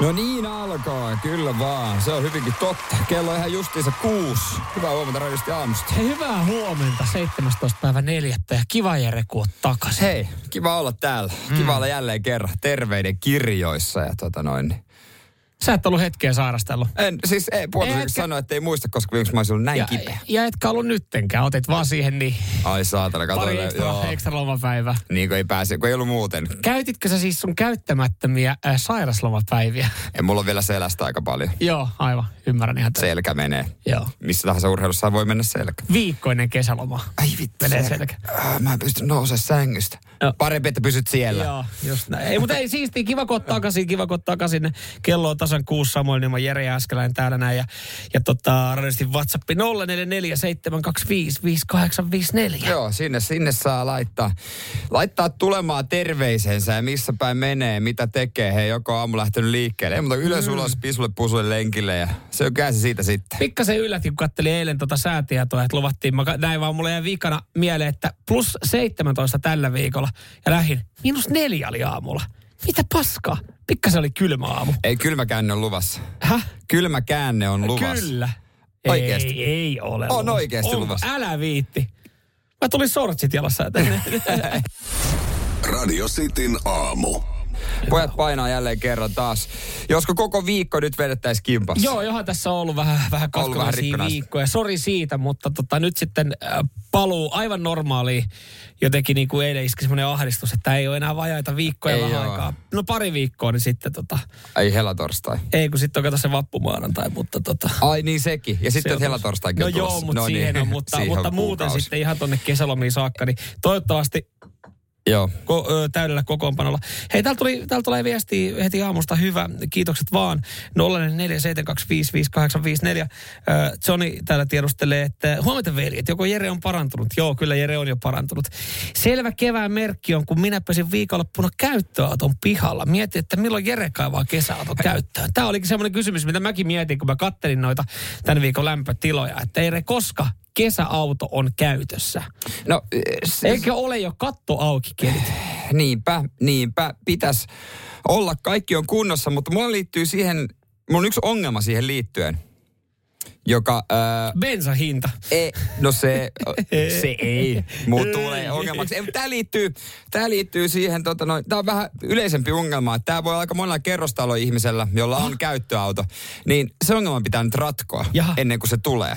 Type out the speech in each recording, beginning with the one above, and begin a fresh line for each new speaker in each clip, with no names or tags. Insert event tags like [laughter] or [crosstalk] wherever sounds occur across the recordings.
No niin alkaa, kyllä vaan. Se on hyvinkin totta. Kello on ihan justiinsa kuusi. Hyvää huomenta radiosti aamusta.
Hei, hyvää huomenta, 17. päivä neljättä ja kiva Jere, kun oot takas.
Hei, kiva olla täällä. Kiva
Mm.
olla jälleen kerran terveiden kirjoissa ja tota noin. niin.
Sä et ollut hetkeä sairastellut.
En, siis ei puolesta
Etkä-
sanoa, että ei muista, koska viimeksi mä olisin ollut näin
Ja,
kipeä.
ja etkä ollut nyttenkään, otit vaan siihen niin
Ai saatana,
pari
katsoin.
ekstra, ekstra lomapäivää.
Niin kuin ei pääse, kun ei ollut muuten.
Käytitkö sä siis sun käyttämättömiä äh, sairaslomapäiviä? [laughs]
En mulla on vielä selästä aika paljon.
Joo, aivan, ymmärrän ihan täysin.
Selkä menee.
Joo.
Missä tahansa urheilussa voi mennä selkä.
Viikkoinen kesäloma.
Ai vittu.
Menee
selkä.
selkä.
Äh, mä en pysty nousemaan sängystä.
Joo.
Parempi, että pysyt siellä.
Joo, just näin. Ei, mutta ei siistiä. Kiva, kun ottaa takaisin, kiva, kun ottaa takaisin. Kello on tasan kuusi samoin, niin mä oon Jere Äskeläinen täällä näin. Ja, ja tota, radistin WhatsApp 0447255854.
Joo, sinne, sinne saa laittaa, laittaa tulemaan terveisensä ja missä päin menee, mitä tekee. Hei, joko aamu lähtenyt liikkeelle. Ei, mutta
Mm.
ylös ulos, pisulle, pusulle, lenkille ja se on se siitä sitten.
Pikkasen yllätin, kun katselin eilen tuota säätietoa, että luvattiin, mä ka- näin vaan mulle jäi viikana mieleen, että plus 17 tällä viikolla ja lähin, miinus neljä oli aamulla. Mitä paskaa? Pikkasen oli kylmä aamu.
Ei, kylmä käänne on luvassa.
Häh?
Kylmä käänne on luvassa.
Kyllä.
Oikeesti?
Ei, ei ole.
On
luvassa.
oikeesti
Onko?
luvassa.
Älä viitti. Mä tulin sortsit
[laughs]
jalassa tänne.
Radio Cityn aamu.
Pojat painaa jälleen kerran taas. Josko koko viikko nyt vedettäisiin kimpassa.
Joo, johan tässä on ollut vähän, vähän
vähän
katkolaisia
rikkonaista.
viikkoja. Sori siitä, mutta tota, nyt sitten äh, paluu aivan normaaliin. Jotenkin niin kuin eilen iski semmoinen ahdistus, että ei ole enää vajaita viikkoja
Ei
vähän
oo.
aikaa. No pari viikkoa, niin sitten tota,
Ei helatorstai.
ei kun sitten on kato se vappumaanantai, mutta tota...
Ai niin sekin. Ja
se
sitten
on-
helatorstaikin
No
on
joo,
tulossa.
mutta no siihen
niin.
on,
[laughs]
mutta,
Siihen on
mutta muuten
kuukausi.
sitten ihan tonne kesälomiin saakka, niin toivottavasti
Joo.
ko- ö, täydellä kokoonpanolla. Hei, täällä, tuli, täällä tulee viesti heti aamusta hyvä. Kiitokset vaan. 0447255854. Ö, Johnny täällä tiedustelee, että huomenta veljet, joko Jere on parantunut? Joo, kyllä Jere on jo parantunut. Selvä kevään merkki on, kun minä pesin viikonloppuna käyttöauton pihalla. Mietin, että milloin Jere kaivaa kesäauton käyttöön. Tämä olikin semmoinen kysymys, mitä mäkin mietin, kun mä kattelin noita tämän viikon lämpötiloja. Että Jere, koska kesäauto on käytössä?
No, se,
Eikö ole jo katto auki kelit?
Niinpä, niinpä. Pitäisi olla. Kaikki on kunnossa, mutta mulla liittyy siihen, mulla on yksi ongelma siihen liittyen, joka... Ää,
Bensahinta.
e, no se, se ei. Mulla tulee ongelmaksi. Tämä liittyy, tää liittyy siihen, tota noin, tämä on vähän yleisempi ongelma. Tämä voi olla aika monella kerrostaloihmisellä, jolla on käyttöauto. Niin se ongelma pitää nyt ratkoa
Jaha.
ennen kuin se tulee.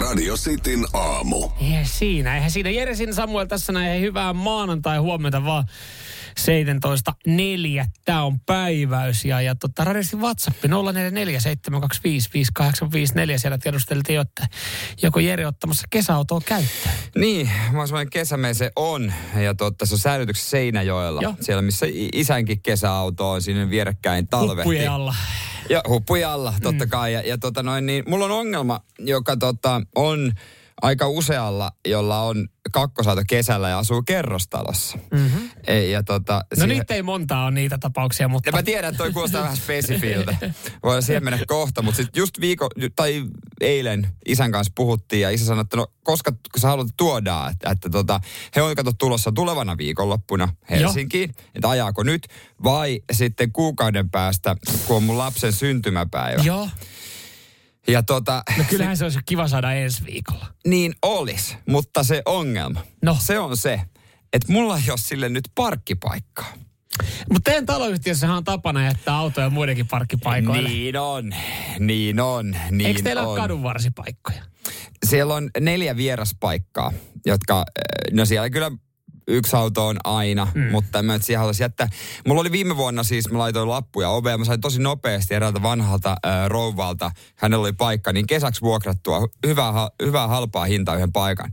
Radio Cityn aamu.
Eihän siinä, eihän siinä. Jere siinä Samuel tässä näin. Hei, hyvää maanantai huomenta vaan. 17.4. Tämä on päiväys. Ja, ja tota, radistin WhatsApp 0447255854. Siellä tiedusteltiin, että joko Jere ottamassa kesäautoa käyttöön.
Niin, mä oon semmoinen kesämme se on. Ja totta, se on säilytyksessä Seinäjoella.
Joo.
Siellä missä i- isänkin kesäauto on, siinä vierekkäin talvehti.
Huppujen alla. Mm.
Ja huppujen alla, totta kai. Ja, ja tota noin, niin mulla on ongelma, joka tota, on aika usealla, jolla on kakkosauto kesällä ja asuu kerrostalossa. Mm-hmm. E, ja tota,
No
siihen-
niitä ei montaa ole niitä tapauksia, mutta...
ja mä tiedän, että toi kuulostaa vähän spesifiltä. Voi siihen mennä kohta, mutta sitten just viikko, tai eilen isän kanssa puhuttiin ja isä sanoi, että no koska sä haluat tuoda, että, että tota, he on kato tulossa tulevana viikonloppuna Helsinkiin, että ajaako nyt vai sitten kuukauden päästä, kun on mun lapsen syntymäpäivä.
Joo.
Ja tota,
No kyllähän se olisi kiva saada ensi viikolla.
niin olis, mutta se ongelma,
No.
se on se, että mulla ei ole sille nyt parkkipaikkaa.
Mutta teidän taloyhtiössähän on tapana jättää autoja muidenkin parkkipaikoille.
Niin on, niin on, niin
Eikö teillä
on.
ole kadunvarsipaikkoja?
siellä on neljä vieraspaikkaa, jotka, eh, no siellä kyllä yksi auto on aina, mm. mutta en mä nyt siihen haluaisin jättää. Mulla oli viime vuonna siis, mä laitoin lappuja oveen, mä sain tosi nopeasti eräältä vanhalta äh, rouvalta, hänellä oli paikka, niin kesäksi vuokrattua hyvää, ha- hyvää halpaa hintaa yhden paikan.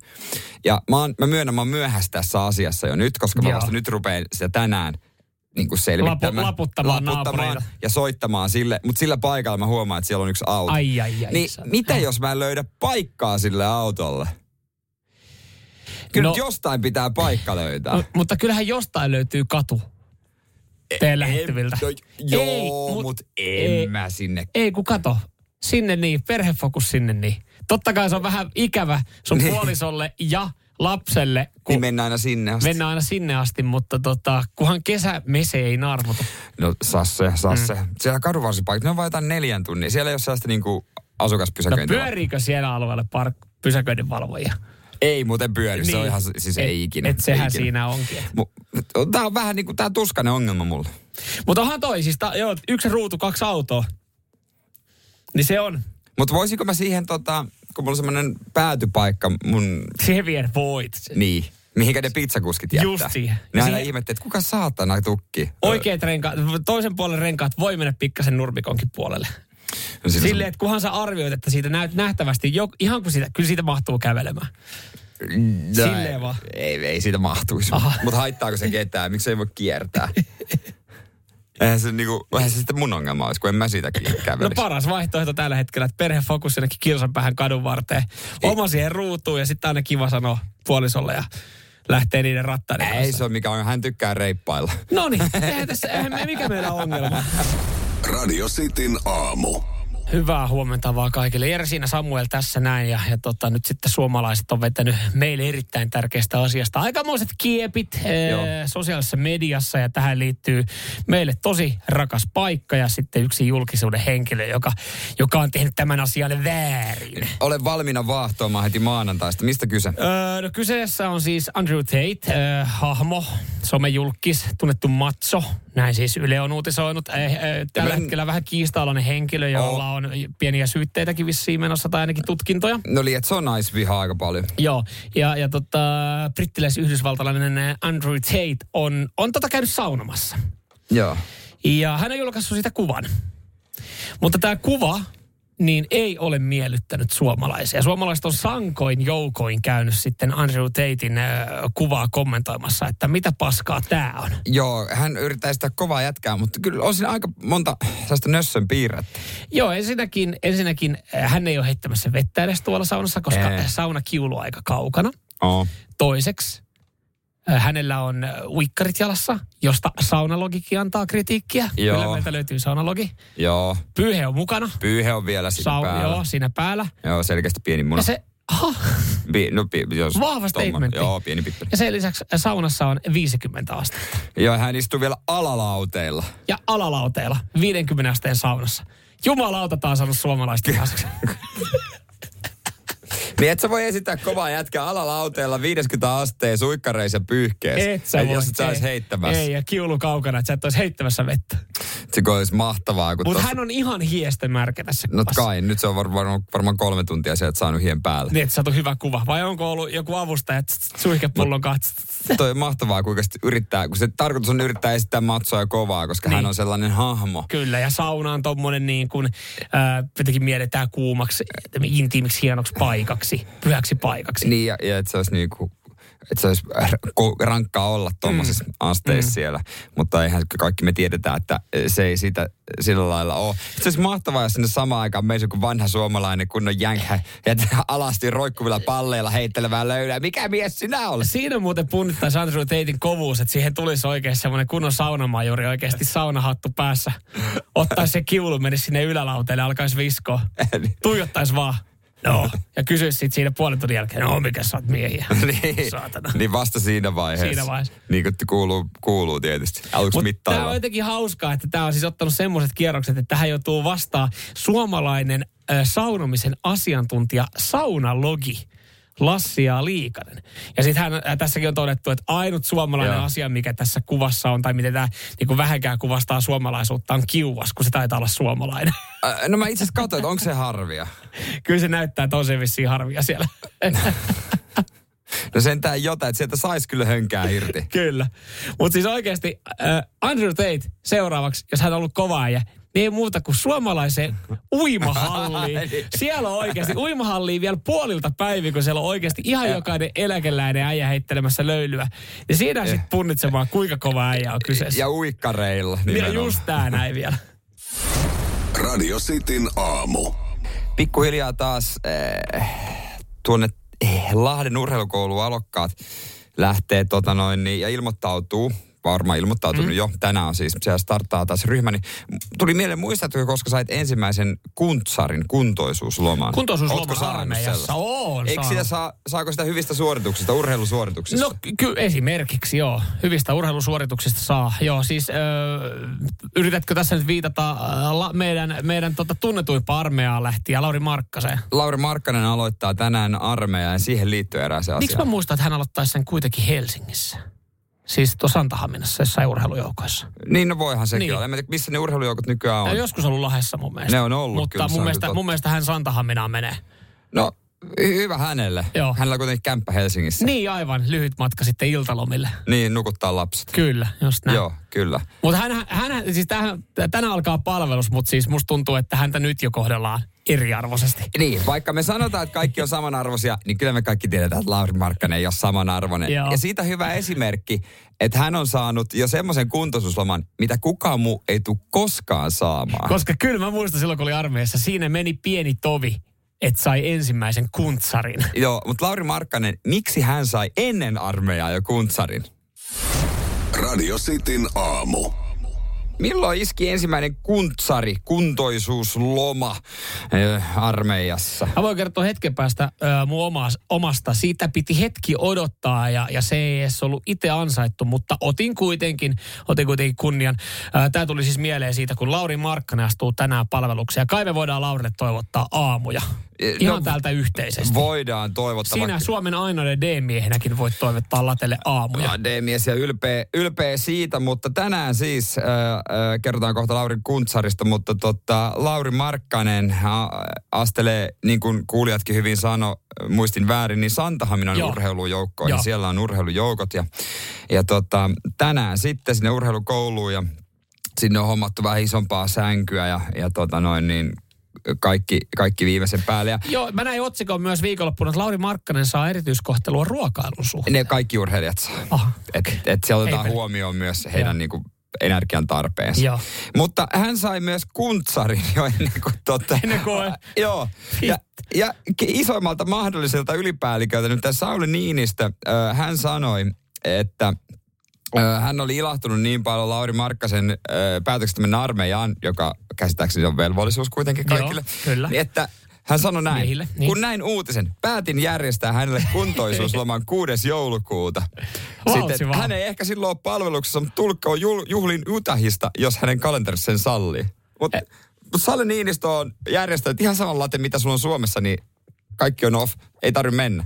Ja mä, oon, mä myönnän, mä oon myöhässä tässä asiassa jo nyt, koska mä
Joo.
vasta nyt rupeen sitä tänään niin kuin selvittämään.
Lapu- laputtamaan naapureita.
ja soittamaan sille. Mutta sillä paikalla mä huomaan, että siellä on yksi auto.
Ai, ai, ai,
niin
isä.
mitä jos mä en löydä paikkaa sille autolle? Kyllä no, jostain pitää paikka löytää.
M- mutta kyllähän jostain löytyy katu teidän lähettyviltä.
Ei, jo, E- no, joo, mutta mut en
ei.
mä sinne.
Ei kun kato, sinne niin, perhefokus sinne niin. Totta kai se on vähän ikävä sun
Niin.
puolisolle ja lapselle, kun
Niin mennään aina sinne asti.
mennään aina sinne asti, mutta tota, kunhan kesämese ei narmuta.
No Sasse, Sasse. Mm. Siellä kaduvarsipaikat, ne on vain jotain neljän tunnin. Siellä ei ole sellaista niinku
No
asukaspysäköintiä.
pyöriikö siellä alueella park, pysäköiden valvojia?
Ei muuten pyöri, niin. se on
Niin.
ihan, siis
Et-
ei ikinä.
Et sehän
ei ikinä.
siinä onkin.
Mu- Tää on vähän niinku, tää on tuskainen ongelma mulle.
Mutta onhan toi, siis ta, joo, yksi ruutu, kaksi autoa. Niin se on.
Mutta voisiko mä siihen tota, kun mulla on semmonen päätypaikka mun,
Siihen vielä voit.
niin, mihinkä ne pizzakuskit jättää.
Just siihen.
Ne aina
Siihen-
ihmettelee, että kuka saatana tukki.
Oikeat renkaat, toisen puolen renkaat voi mennä pikkasen nurmikonkin puolelle.
No, siinä
Silleen, että kunhan sä arvioit, että siitä näyt nähtävästi, jo, ihan kuin sitä, kyllä siitä mahtuu kävelemään. No
on,
silleen vaan.
Ei, ei siitä mahtuisi.
Aha.
Mutta haittaako se ketään? Miksi se ei voi
[laughs]
kiertää? Eihän se, niinku, eihän se sitten mun ongelma olisi, kun en mä siitä
No
kävelisi.
paras vaihtoehto tällä hetkellä, että perhefokus jonnekin kilsan päähän kadun varteen. Oma siihen ruutuun ja sitten aina kiva sanoa puolisolle ja lähtee niiden rattaiden
Ei
kanssa.
se on mikä on, hän tykkää reippailla.
No niin, eihän tässä, eihän me- mikä meillä on ongelma.
Radio Cityn aamu.
Hyvää huomenta vaan kaikille. Jere siinä Samuel tässä näin ja, ja tota, nyt sitten suomalaiset on vetänyt meille erittäin tärkeästä asiasta aikamoiset kiepit
Joo.
ee, sosiaalisessa mediassa ja tähän liittyy meille tosi rakas paikka ja sitten yksi julkisuuden henkilö, joka, joka on tehnyt tämän asian väärin.
Olen valmiina vaahtoamaan heti maanantaista. Mistä kyse?
Öö, no kyseessä on siis Andrew Tate, öö, hahmo, somejulkis, tunnettu matso. Näin siis Yle on uutisoinut. Äh, äh, tällä
Tämän-
hetkellä vähän kiistaalainen henkilö, jolla on pieniä syytteitäkin vissiin menossa tai ainakin tutkintoja.
No liet, se on naisvihaa aika paljon.
Joo, ja, ja tota, brittiläis-yhdysvaltalainen äh, Andrew Tate on, on tota käynyt saunomassa.
Joo.
Ja hän on julkaissut sitä kuvan. Mutta tämä kuva niin ei ole miellyttänyt suomalaisia. Suomalaiset on sankoin joukoin käynyt sitten Andrew Tatein äh, kuvaa kommentoimassa, että mitä paskaa tämä on.
Joo, hän yrittää sitä kovaa jätkää, mutta kyllä on siinä aika monta sellaista nössön piirrettä.
Joo, ensinnäkin, ensinnäkin äh, hän ei ole heittämässä vettä edes tuolla saunassa, koska
Ei.
ei. sauna kiuluu aika kaukana.
Oh.
Toiseksi äh, hänellä on äh, uikkarit jalassa, josta saunalogikin antaa kritiikkiä.
Joo.
Kyllä meiltä löytyy saunalogi.
Joo,
Pyyhe on mukana.
pyyhe on vielä siinä
Saun,
päällä. No.
joo, siinä päällä.
joo, selkeästi pieni muna.
Ja se, aha,
Pi, no, pi, jos
Vahva
tommonen.
statementti.
Joo, pieni pippeli.
Ja sen lisäksi äh, saunassa on 50 astetta.
Joo, hän istuu vielä alalauteilla.
Ja alalauteella 50 asteen saunassa. Jumalauta taas saanut suomalaista kansaksi.
[laughs] Niin et sä voi esittää kovaa jätkää alalauteella 50 asteen suikkareissa ja pyyhkeissä.
Et sä voi.
Jos et sä ois
ei.
heittämässä.
Ei, ja kiulu kaukana, että sä et olisi heittämässä vettä.
Se olisi mahtavaa, kun
Mutta
tossa-
hän on ihan hiesten märkä tässä
No
kuvassa.
kai, nyt se on var- varmaan varmaan kolme tuntia sieltä saanut hien päälle.
Niin, että saatu hyvä kuva. Vai onko ollut joku avustaja, että
No.
suihkepullon kanssa?
Toi on mahtavaa, kuinka sit yrittää, kun se tarkoitus on yrittää esittää matsoja kovaa, koska niin. hän
Niin.
on sellainen hahmo.
Kyllä, ja sauna on tommonen niin kuin, äh, jotenkin mielletään kuumaksi, intiimiksi, hienoksi paikaksi, pyhäksi paikaksi.
Niin, ja, ja että se olisi niinku, että se olisi r- ko- rankkaa olla tuommoisessa mm. asteessa mm. siellä. Mutta eihän kaikki me tiedetään, että e, se ei sitä sillä lailla ole. Se olisi mahtavaa, jos sinne samaan aikaan meisi joku vanha suomalainen kunnon jänkä ja alasti roikkuvilla palleilla heittelevää löydää. Mikä mies sinä olet? [laughs]
Siinä muuten punnittaisi Andrew Tatein kovuus, että siihen tulisi oikein semmoinen kunnon saunamajuri, oikeasti saunahattu päässä. Ottaisi se kiulu, menisi sinne ylälauteelle, alkaisi viskoa. Tuijottaisi vaan. No. Ja kysyisi sitten siinä puolen tunnin jälkeen, no mikä sä oot miehiä.
niin,
Saatana.
niin vasta siinä vaiheessa.
Siinä vaiheessa.
Niin kuin kuuluu, kuuluu tietysti. Aluksi
Mut Tämä on
mittaillaan.
jotenkin hauskaa, että tämä on siis ottanut semmoiset kierrokset, että tähän joutuu vastaan suomalainen äh, saunomisen asiantuntija saunalogi. Lassi ja Liikanen. Ja sitten hän, äh, tässäkin on todettu, että ainut suomalainen
Joo.
Joo. asia, mikä tässä kuvassa on, tai miten tämä niin vähänkään kuvastaa suomalaisuutta, on kiuas, kun se taitaa olla suomalainen. [laughs]
Äh, No mä itse asiassa katsoin, että onko se harvia.
Kyllä se näyttää tosi vissiin harvia siellä.
No sentään jotain, että sieltä saisi kyllä hönkää irti.
Kyllä. Mutta siis oikeasti äh, Andrew Tate seuraavaksi, jos hän on ollut kova ja niin ei muuta kuin suomalaiseen
[laughs]
uimahalliin. Siellä on oikeasti uimahalliin vielä puolilta päivin, kun siellä on oikeasti ihan jokainen eläkeläinen äijä heittelemässä löylyä. Ja siinä sitten punnitsemaan, kuinka kova äijä on kyseessä.
Eh. Ja uikkareilla
Ja
nimenomaan.
just tää näin vielä.
Radio Cityn aamu.
pikkuhiljaa taas eh, tuonne eh, Lahden urheilukoulun alokkaat lähtee tota noin, niin, ja ilmoittautuu varmaan ilmoittautunut mm. jo. Tänään on siis, siellä starttaa taas ryhmä. Niin m- tuli mieleen, muistatko, koska sait ensimmäisen kuntsarin kuntoisuusloman?
Kuntoisuusloma
Ootko saanut
armeijassa?
sellaista?
Oon
Eikö sitä saa, saako sitä hyvistä suorituksista, urheilusuorituksista?
No ky- kyllä esimerkiksi joo. Hyvistä urheilusuorituksista saa. Joo siis ö, yritätkö tässä nyt viitata ö, la, meidän, meidän tota, tunnetuimpaan armeijaan lähtiä Lauri Markkaseen?
Lauri Markkanen aloittaa tänään armeijan ja siihen liittyy erääs
Miksi
asia.
mä muistan, että hän aloittaisi sen kuitenkin Helsingissä? Siis tuossa Santahaminassa jossain urheilujoukoissa.
Niin no voihan sekin
Niin.
olla. En mä tiedä, missä ne urheilujoukot nykyään
On.
on.
on joskus ollut Lahdessa mun mielestä.
Ne on ollut
Mutta
kyllä, se on
mun,
kyllä
mielestä,
totta.
mun mielestä hän Santahaminaan menee.
No, hy- hyvä hänelle.
Joo.
Hänellä on kuitenkin kämppä Helsingissä.
Niin aivan, lyhyt matka sitten iltalomille.
Niin, nukuttaa lapset.
Kyllä, just näin.
Joo, kyllä.
Mutta hän, hän, siis tähän, tänään alkaa palvelus, mutta siis musta tuntuu, että häntä nyt jo kohdellaan eriarvoisesti.
Niin, vaikka me sanotaan, että kaikki on samanarvoisia, niin kyllä me kaikki tiedetään, että Lauri Markkanen ei ole samanarvoinen.
Joo.
Ja siitä hyvä esimerkki, että hän on saanut jo semmoisen kuntoisuusloman, mitä kukaan muu ei tule koskaan saamaan.
Koska kyllä mä muistan silloin, kun oli armeijassa, siinä meni pieni tovi, että sai ensimmäisen kuntsarin.
Joo, mutta Lauri Markkanen, miksi hän sai ennen armeijaa jo kuntsarin?
Radio Cityn aamu.
Milloin iski ensimmäinen kuntsari, kuntoisuusloma eh, armeijassa?
Mä voin kertoa hetken päästä ö, mun omas, omasta. Siitä piti hetki odottaa ja, ja se ei edes ollut itse ansaittu, mutta otin kuitenkin, otin kuitenkin kunnian. Ö, tää tuli siis mieleen siitä, kun Lauri Markkanen astuu tänään palvelukseen. Ja kai me voidaan Laurille toivottaa aamuja.
E,
Ihan
no,
täältä yhteisesti.
Voidaan toivottaa.
Sinä Suomen ainoinen D-miehenäkin voit toivottaa latelle aamuja.
Ja D-mies ja ylpeä, ylpeä siitä, mutta tänään siis äh, äh, kerrotaan kohta Lauri Kuntsarista, mutta tota, Lauri Markkanen äh, astelee, niin kuin kuulijatkin hyvin sano, äh, muistin väärin, niin Santahaminan
Joo.
urheilujoukkoon ja
Joo.
siellä on urheilujoukot ja, ja tota, tänään sitten sinne urheilukouluun ja sinne on hommattu vähän isompaa sänkyä ja, ja tota noin niin kaikki, kaikki viimeisen päälle ja
Joo, mä näin otsikon myös viikonloppuna, että Lauri Markkanen saa erityiskohtelua ruokailun suhteen.
ne kaikki urheilijat saa.
Aha,
Et,
okei.
et siellä otetaan
Ei peli.
huomioon myös heidän
Joo.
niinku energian tarpeensa.
Joo.
Mutta hän sai myös kuntsarin jo ennen kuin totta.
Ennen kuin-
[laughs] Joo. Ja, ja ki- isoimmalta mahdolliselta ylipäälliköltä nyt tämä Sauli Niinistö, ö, hän sanoi, että ö, hän oli ilahtunut niin paljon Lauri Markkasen ö, päätöksestä mennä armeijaan, joka käsittääkseni on velvollisuus kuitenkin
Joo,
kaikille.
kyllä.
Niin että hän sanoi näin,
Miehille, niin.
kun näin uutisen, päätin järjestää hänelle kuntoisuusloman 6. joulukuuta. Sitten,
Vauhti vaan.
hän ei ehkä silloin ole palveluksessa, mutta tulkkoon jul- juhlin Utahista, jos hänen kalenterissa sen sallii. Mutta
Eh.
mut Salle Niinistö on järjestänyt ihan samalla lailla, mitä sulla on Suomessa, niin kaikki on off, ei tarvitse mennä.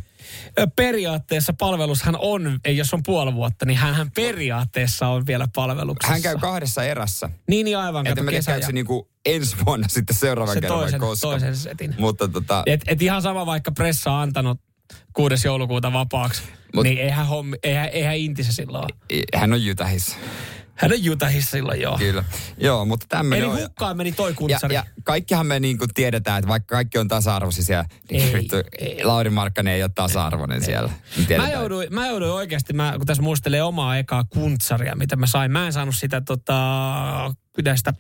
Periaatteessa palvelushan on, ei jos on puoli vuotta, niin hän periaatteessa on vielä palveluksessa.
Hän käy kahdessa erässä.
Niin, niin aivan,
Että
kato
mä tiedän,
kesä
käykö se
ja
niinku ensi vuonna [laughs] sitten seuraavan
se
kerran
toisen,
vai koska.
toisen setin.
Mutta tota,
Et, et ihan sama, vaikka pressa on antanut 6. joulukuuta vapaaksi,
Mut-
Mut, niin eihän, hommi, eihän, eihän intissä silloin ole.
hän on Utahissa,
Hän on Jutahissa silloin, joo.
kyllä. Joo, mutta tämmöinen
Eli
on. Ja-
hukkaan meni toi
Ja,
kuntsari.
ja kaikkihan me niin kuin tiedetään, että vaikka kaikki on tasa-arvoisia siellä, niin
Ei,
vittu,
ei.
Lauri Markkanen ei ole tasa-arvoinen siellä. Me
Mä
tiedetään.
jouduin, mä jouduin oikeasti, mä, kun tässä muistelee omaa ekaa kuntsaria, mitä mä sain. Mä en saanut sitä tota, näistä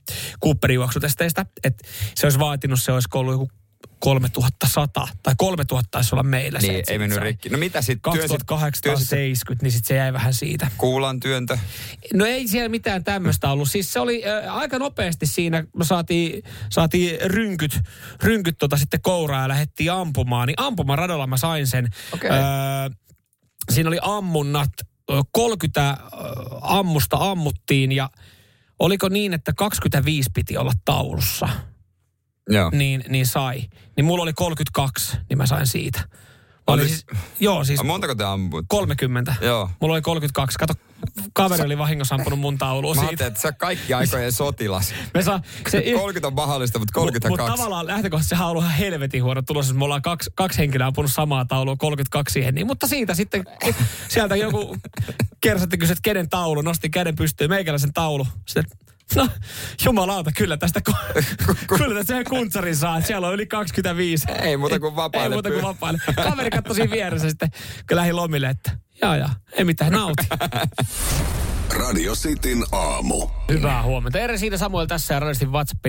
Cooperin juoksutesteistä. Et se olisi vaatinut, se olisi ollut joku 3100 tai 3000 taisi olla meillä. se,
Niin,
et
ei
sit
mennyt
sai.
rikki. No mitä sitten?
2870, niin sitten se jäi vähän siitä.
kuulan työntö.
No ei siellä mitään tämmöistä ollut. Siis se oli äh, aika nopeasti siinä, me saatiin, saatiin rynkyt, rynkyt tota sitten kouraa ja lähdettiin ampumaan. Niin ampumaradalla mä sain sen.
Okei.
Öö, siinä oli ammunnat, ö, 30 ö, ammusta ammuttiin ja oliko niin, että 25 piti olla taulussa,
Joo.
niin, niin sai. Niin mulla oli 32, niin mä sain siitä. Oli,
Oli-
siis, joo, siis
Niin. Montako te ammut?
30.
Joo.
Mulla oli 32. Kato, kaveri oli vahingossa ampunut mun tauluun
Mä
siitä.
ajattelin, että sä oot kaikki aikojen sotilas.
[laughs] Me saa, se,
30 on mahdollista, mutta
Mutta
32.
tavallaan lähtökohtaisesti sehän on ollut ihan helvetin huono tulos, että me ollaan kaksi, kaksi henkilöä ampunut samaa taulua, 32 siihen. Niin, mutta siitä sitten, kun sieltä joku kersatti kysyi, että kenen taulu, nosti käden pystyyn, meikäläisen taulu. Sitten No, jumalauta, kyllä tästä, ku- kyllä tästä yhden kuntsarin saa. Siellä on yli 25.
Ei muuta kuin vapaille
Ei muuta kuin
pyy-
vapaille. Kaveri katsoi siinä vieressä sitten, kun lähdin lomille, että jaa jaa, ei mitään, nauti.
Radio Cityn aamu.
Hyvää huomenta. Eri siinä Samuel tässä ja radistin WhatsApp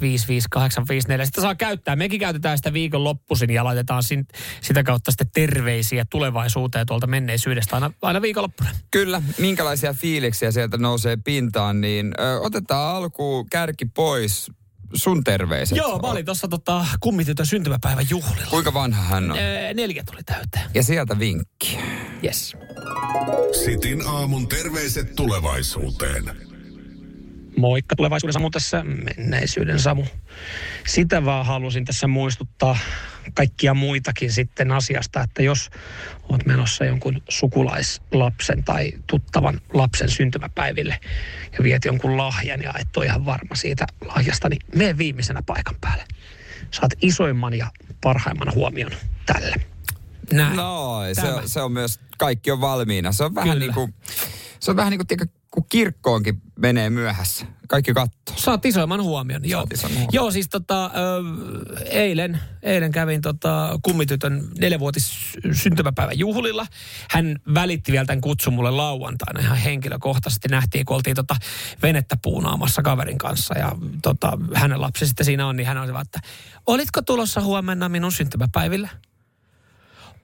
0447255854. Sitä saa käyttää. Mekin käytetään sitä viikon loppuisin ja laitetaan sin, sitä kautta sitten terveisiä tulevaisuuteen tuolta menneisyydestä aina, aina viikonloppuna.
Kyllä, minkälaisia fiiliksiä sieltä nousee pintaan, niin ö, otetaan alkuun kärki pois sun terveiset.
Joo, mä olin tuossa tota, kummitytön syntymäpäivän juhlilla.
Kuinka vanha hän on?
Öö, neljä tuli täyteen.
Ja sieltä vinkki.
Yes.
Sitin aamun terveiset tulevaisuuteen.
Moikka tulevaisuuden Samu tässä, menneisyyden Samu. Sitä vaan halusin tässä muistuttaa kaikkia muitakin sitten asiasta, että jos olet menossa jonkun sukulaislapsen tai tuttavan lapsen syntymäpäiville ja viet jonkun lahjan ja et ole ihan varma siitä lahjasta, niin mene viimeisenä paikan päälle. Saat isoimman ja parhaimman huomion tälle. Näin.
No, Noin, se,
Tämä.
on- se on myös, kaikki on valmiina. Se on vähän
Kyllä.
niin kuin, se on vähän niin kuin, tiedätkö, kun kirkkoonkin menee myöhässä. Kaikki katsoo.
Saat isoimman huomion, joo.
isoimman huomion.
Joo, siis tota, ö, eilen, eilen kävin tota, kummitytön neljävuotis syntymäpäivän juhlilla. Hän välitti vielä tämän kutsun mulle lauantaina ihan henkilökohtaisesti. Nähtiin, kun oltiin tota, venettä puunaamassa kaverin kanssa ja tota, hänen lapsi sitten siinä on, niin hän oli vaan, että olitko tulossa huomenna minun syntymäpäivillä?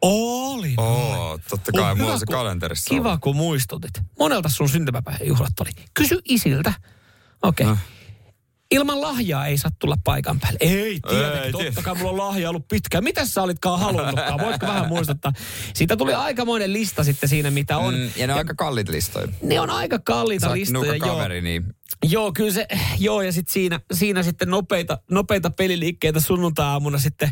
Olin.
Oo, totta
On Niin, Oh, hyvä, kun- Kiva, kun muistutit. Monelta sun syntymäpäivän juhlat oli. Kysy isiltä. Okei. Okay.
No.
Ilman lahjaa ei saa tulla paikan päälle. Ei tietenkin,
Ei,
ei, totta
tietenkin.
kai mulla on lahja ollut pitkään. Mitä sä olitkaan halunnutkaan? Voitko
[laughs]
vähän muistuttaa? Siitä tuli aikamoinen lista sitten siinä, mitä on.
Mm, ja ne on aika kalliit listoja.
Ne on aika kalliita
Sä
listoja.
nukka
Joo.
kaveri, niin
Joo, kyllä se, joo, ja sitten siinä, siinä sitten nopeita, nopeita peliliikkeitä sunnuntai-aamuna sitten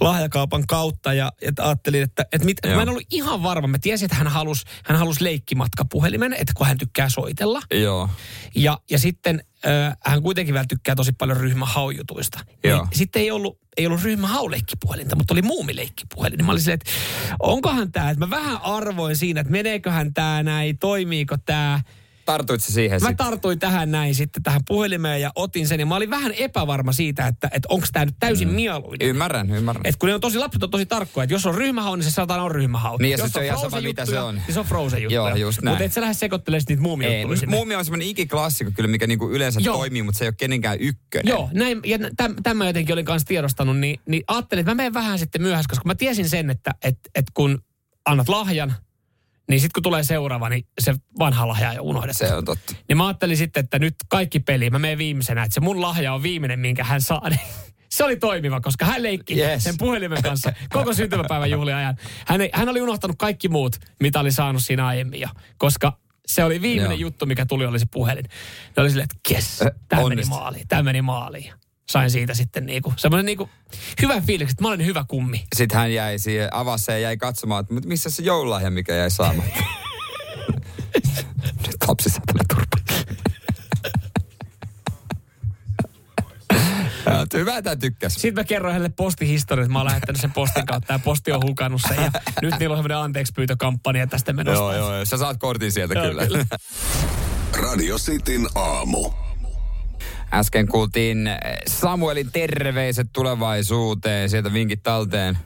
lahjakaupan kautta, ja, ja ajattelin, että, että mit,
Joo.
mä en ollut ihan varma, mä tiesin, että hän halusi, hän halusi leikkimatkapuhelimen, että kun hän tykkää soitella,
joo.
ja, ja sitten äh, hän kuitenkin vielä tykkää tosi paljon ryhmähaujutuista.
Joo.
Niin Sitten ei ollut, ei ollut ryhmähauleikkipuhelinta, mutta oli muumileikkipuhelin. Niin Mä olin silleen, että onkohan tämä, että mä vähän arvoin siinä, että meneeköhän tämä näin, toimiiko tämä.
Tartuit sä siihen
Mä
sit?
tartuin tähän näin sitten tähän puhelimeen ja otin sen. Ja mä olin vähän epävarma siitä, että, että onko tämä nyt täysin mm. mieluinen.
Ymmärrän, ymmärrän.
Et kun ne on tosi, lapset on tosi tarkkoja, että jos on ryhmähau, niin se saatana on ryhmähau.
Niin, ja
jos
sit se on ihan sama,
Frozen
mitä
juttuja,
se on.
Niin se on frozen juttu.
Joo, just näin.
Mutta et sä lähde sekoittelemaan sit niitä muumia
Ei,
juttuja sinne.
Muumi on semmoinen ikiklassikko kyllä, mikä niinku yleensä
Joo.
toimii, mutta se ei ole kenenkään ykkönen.
Joo, näin, ja täm, tämän mä jotenkin olin kanssa tiedostanut, niin, niin ajattelin, että mä menen vähän sitten myöhässä, koska mä tiesin sen, että et, et kun annat lahjan, niin sitten kun tulee seuraava, niin se vanha lahja ei unohdettu.
Se on totta.
Niin mä ajattelin sitten, että nyt kaikki peli, mä menen viimeisenä, että se mun lahja on viimeinen, minkä hän saa. [laughs] Niin Se oli toimiva, koska hän leikki yes.
Yes.
sen puhelimen kanssa koko syntymäpäivän juhliajan. Hän, ei, hän oli unohtanut kaikki muut, mitä oli saanut siinä aiemmin jo, koska se oli viimeinen
Joo.
juttu, mikä tuli, oli se puhelin. Ne oli silleen, että jes,
Eh,
tämä meni
onnistu.
maaliin, tämä meni maaliin. Sain siitä sitten niinku, semmoinen niinku hyvän fiiliksen, että mä olen hyvä kummi.
Sitten hän jäi siihen, avasi ja jäi katsomaan, että "Mut missä se joululahja, mikä jäi saamatta. Nyt [laughs] lapsi saa tällä turpa. Joo, että Hyvä, että hän tykkäsi.
Sitten mä kerroin hänelle postihistorian, että mä oon lähettänyt sen postin kautta ja posti on hukannut sen. Ja nyt niillä on semmoinen anteeksipyytökampanja tästä menossa.
Joo, joo, joo. Sä saat kortin sieltä
Joo,
kyllä.
kyllä.
Radio Cityn aamu.
Äsken kuultiin eh, Samuelin terveiset tulevaisuuteen, sieltä vinkit talteen.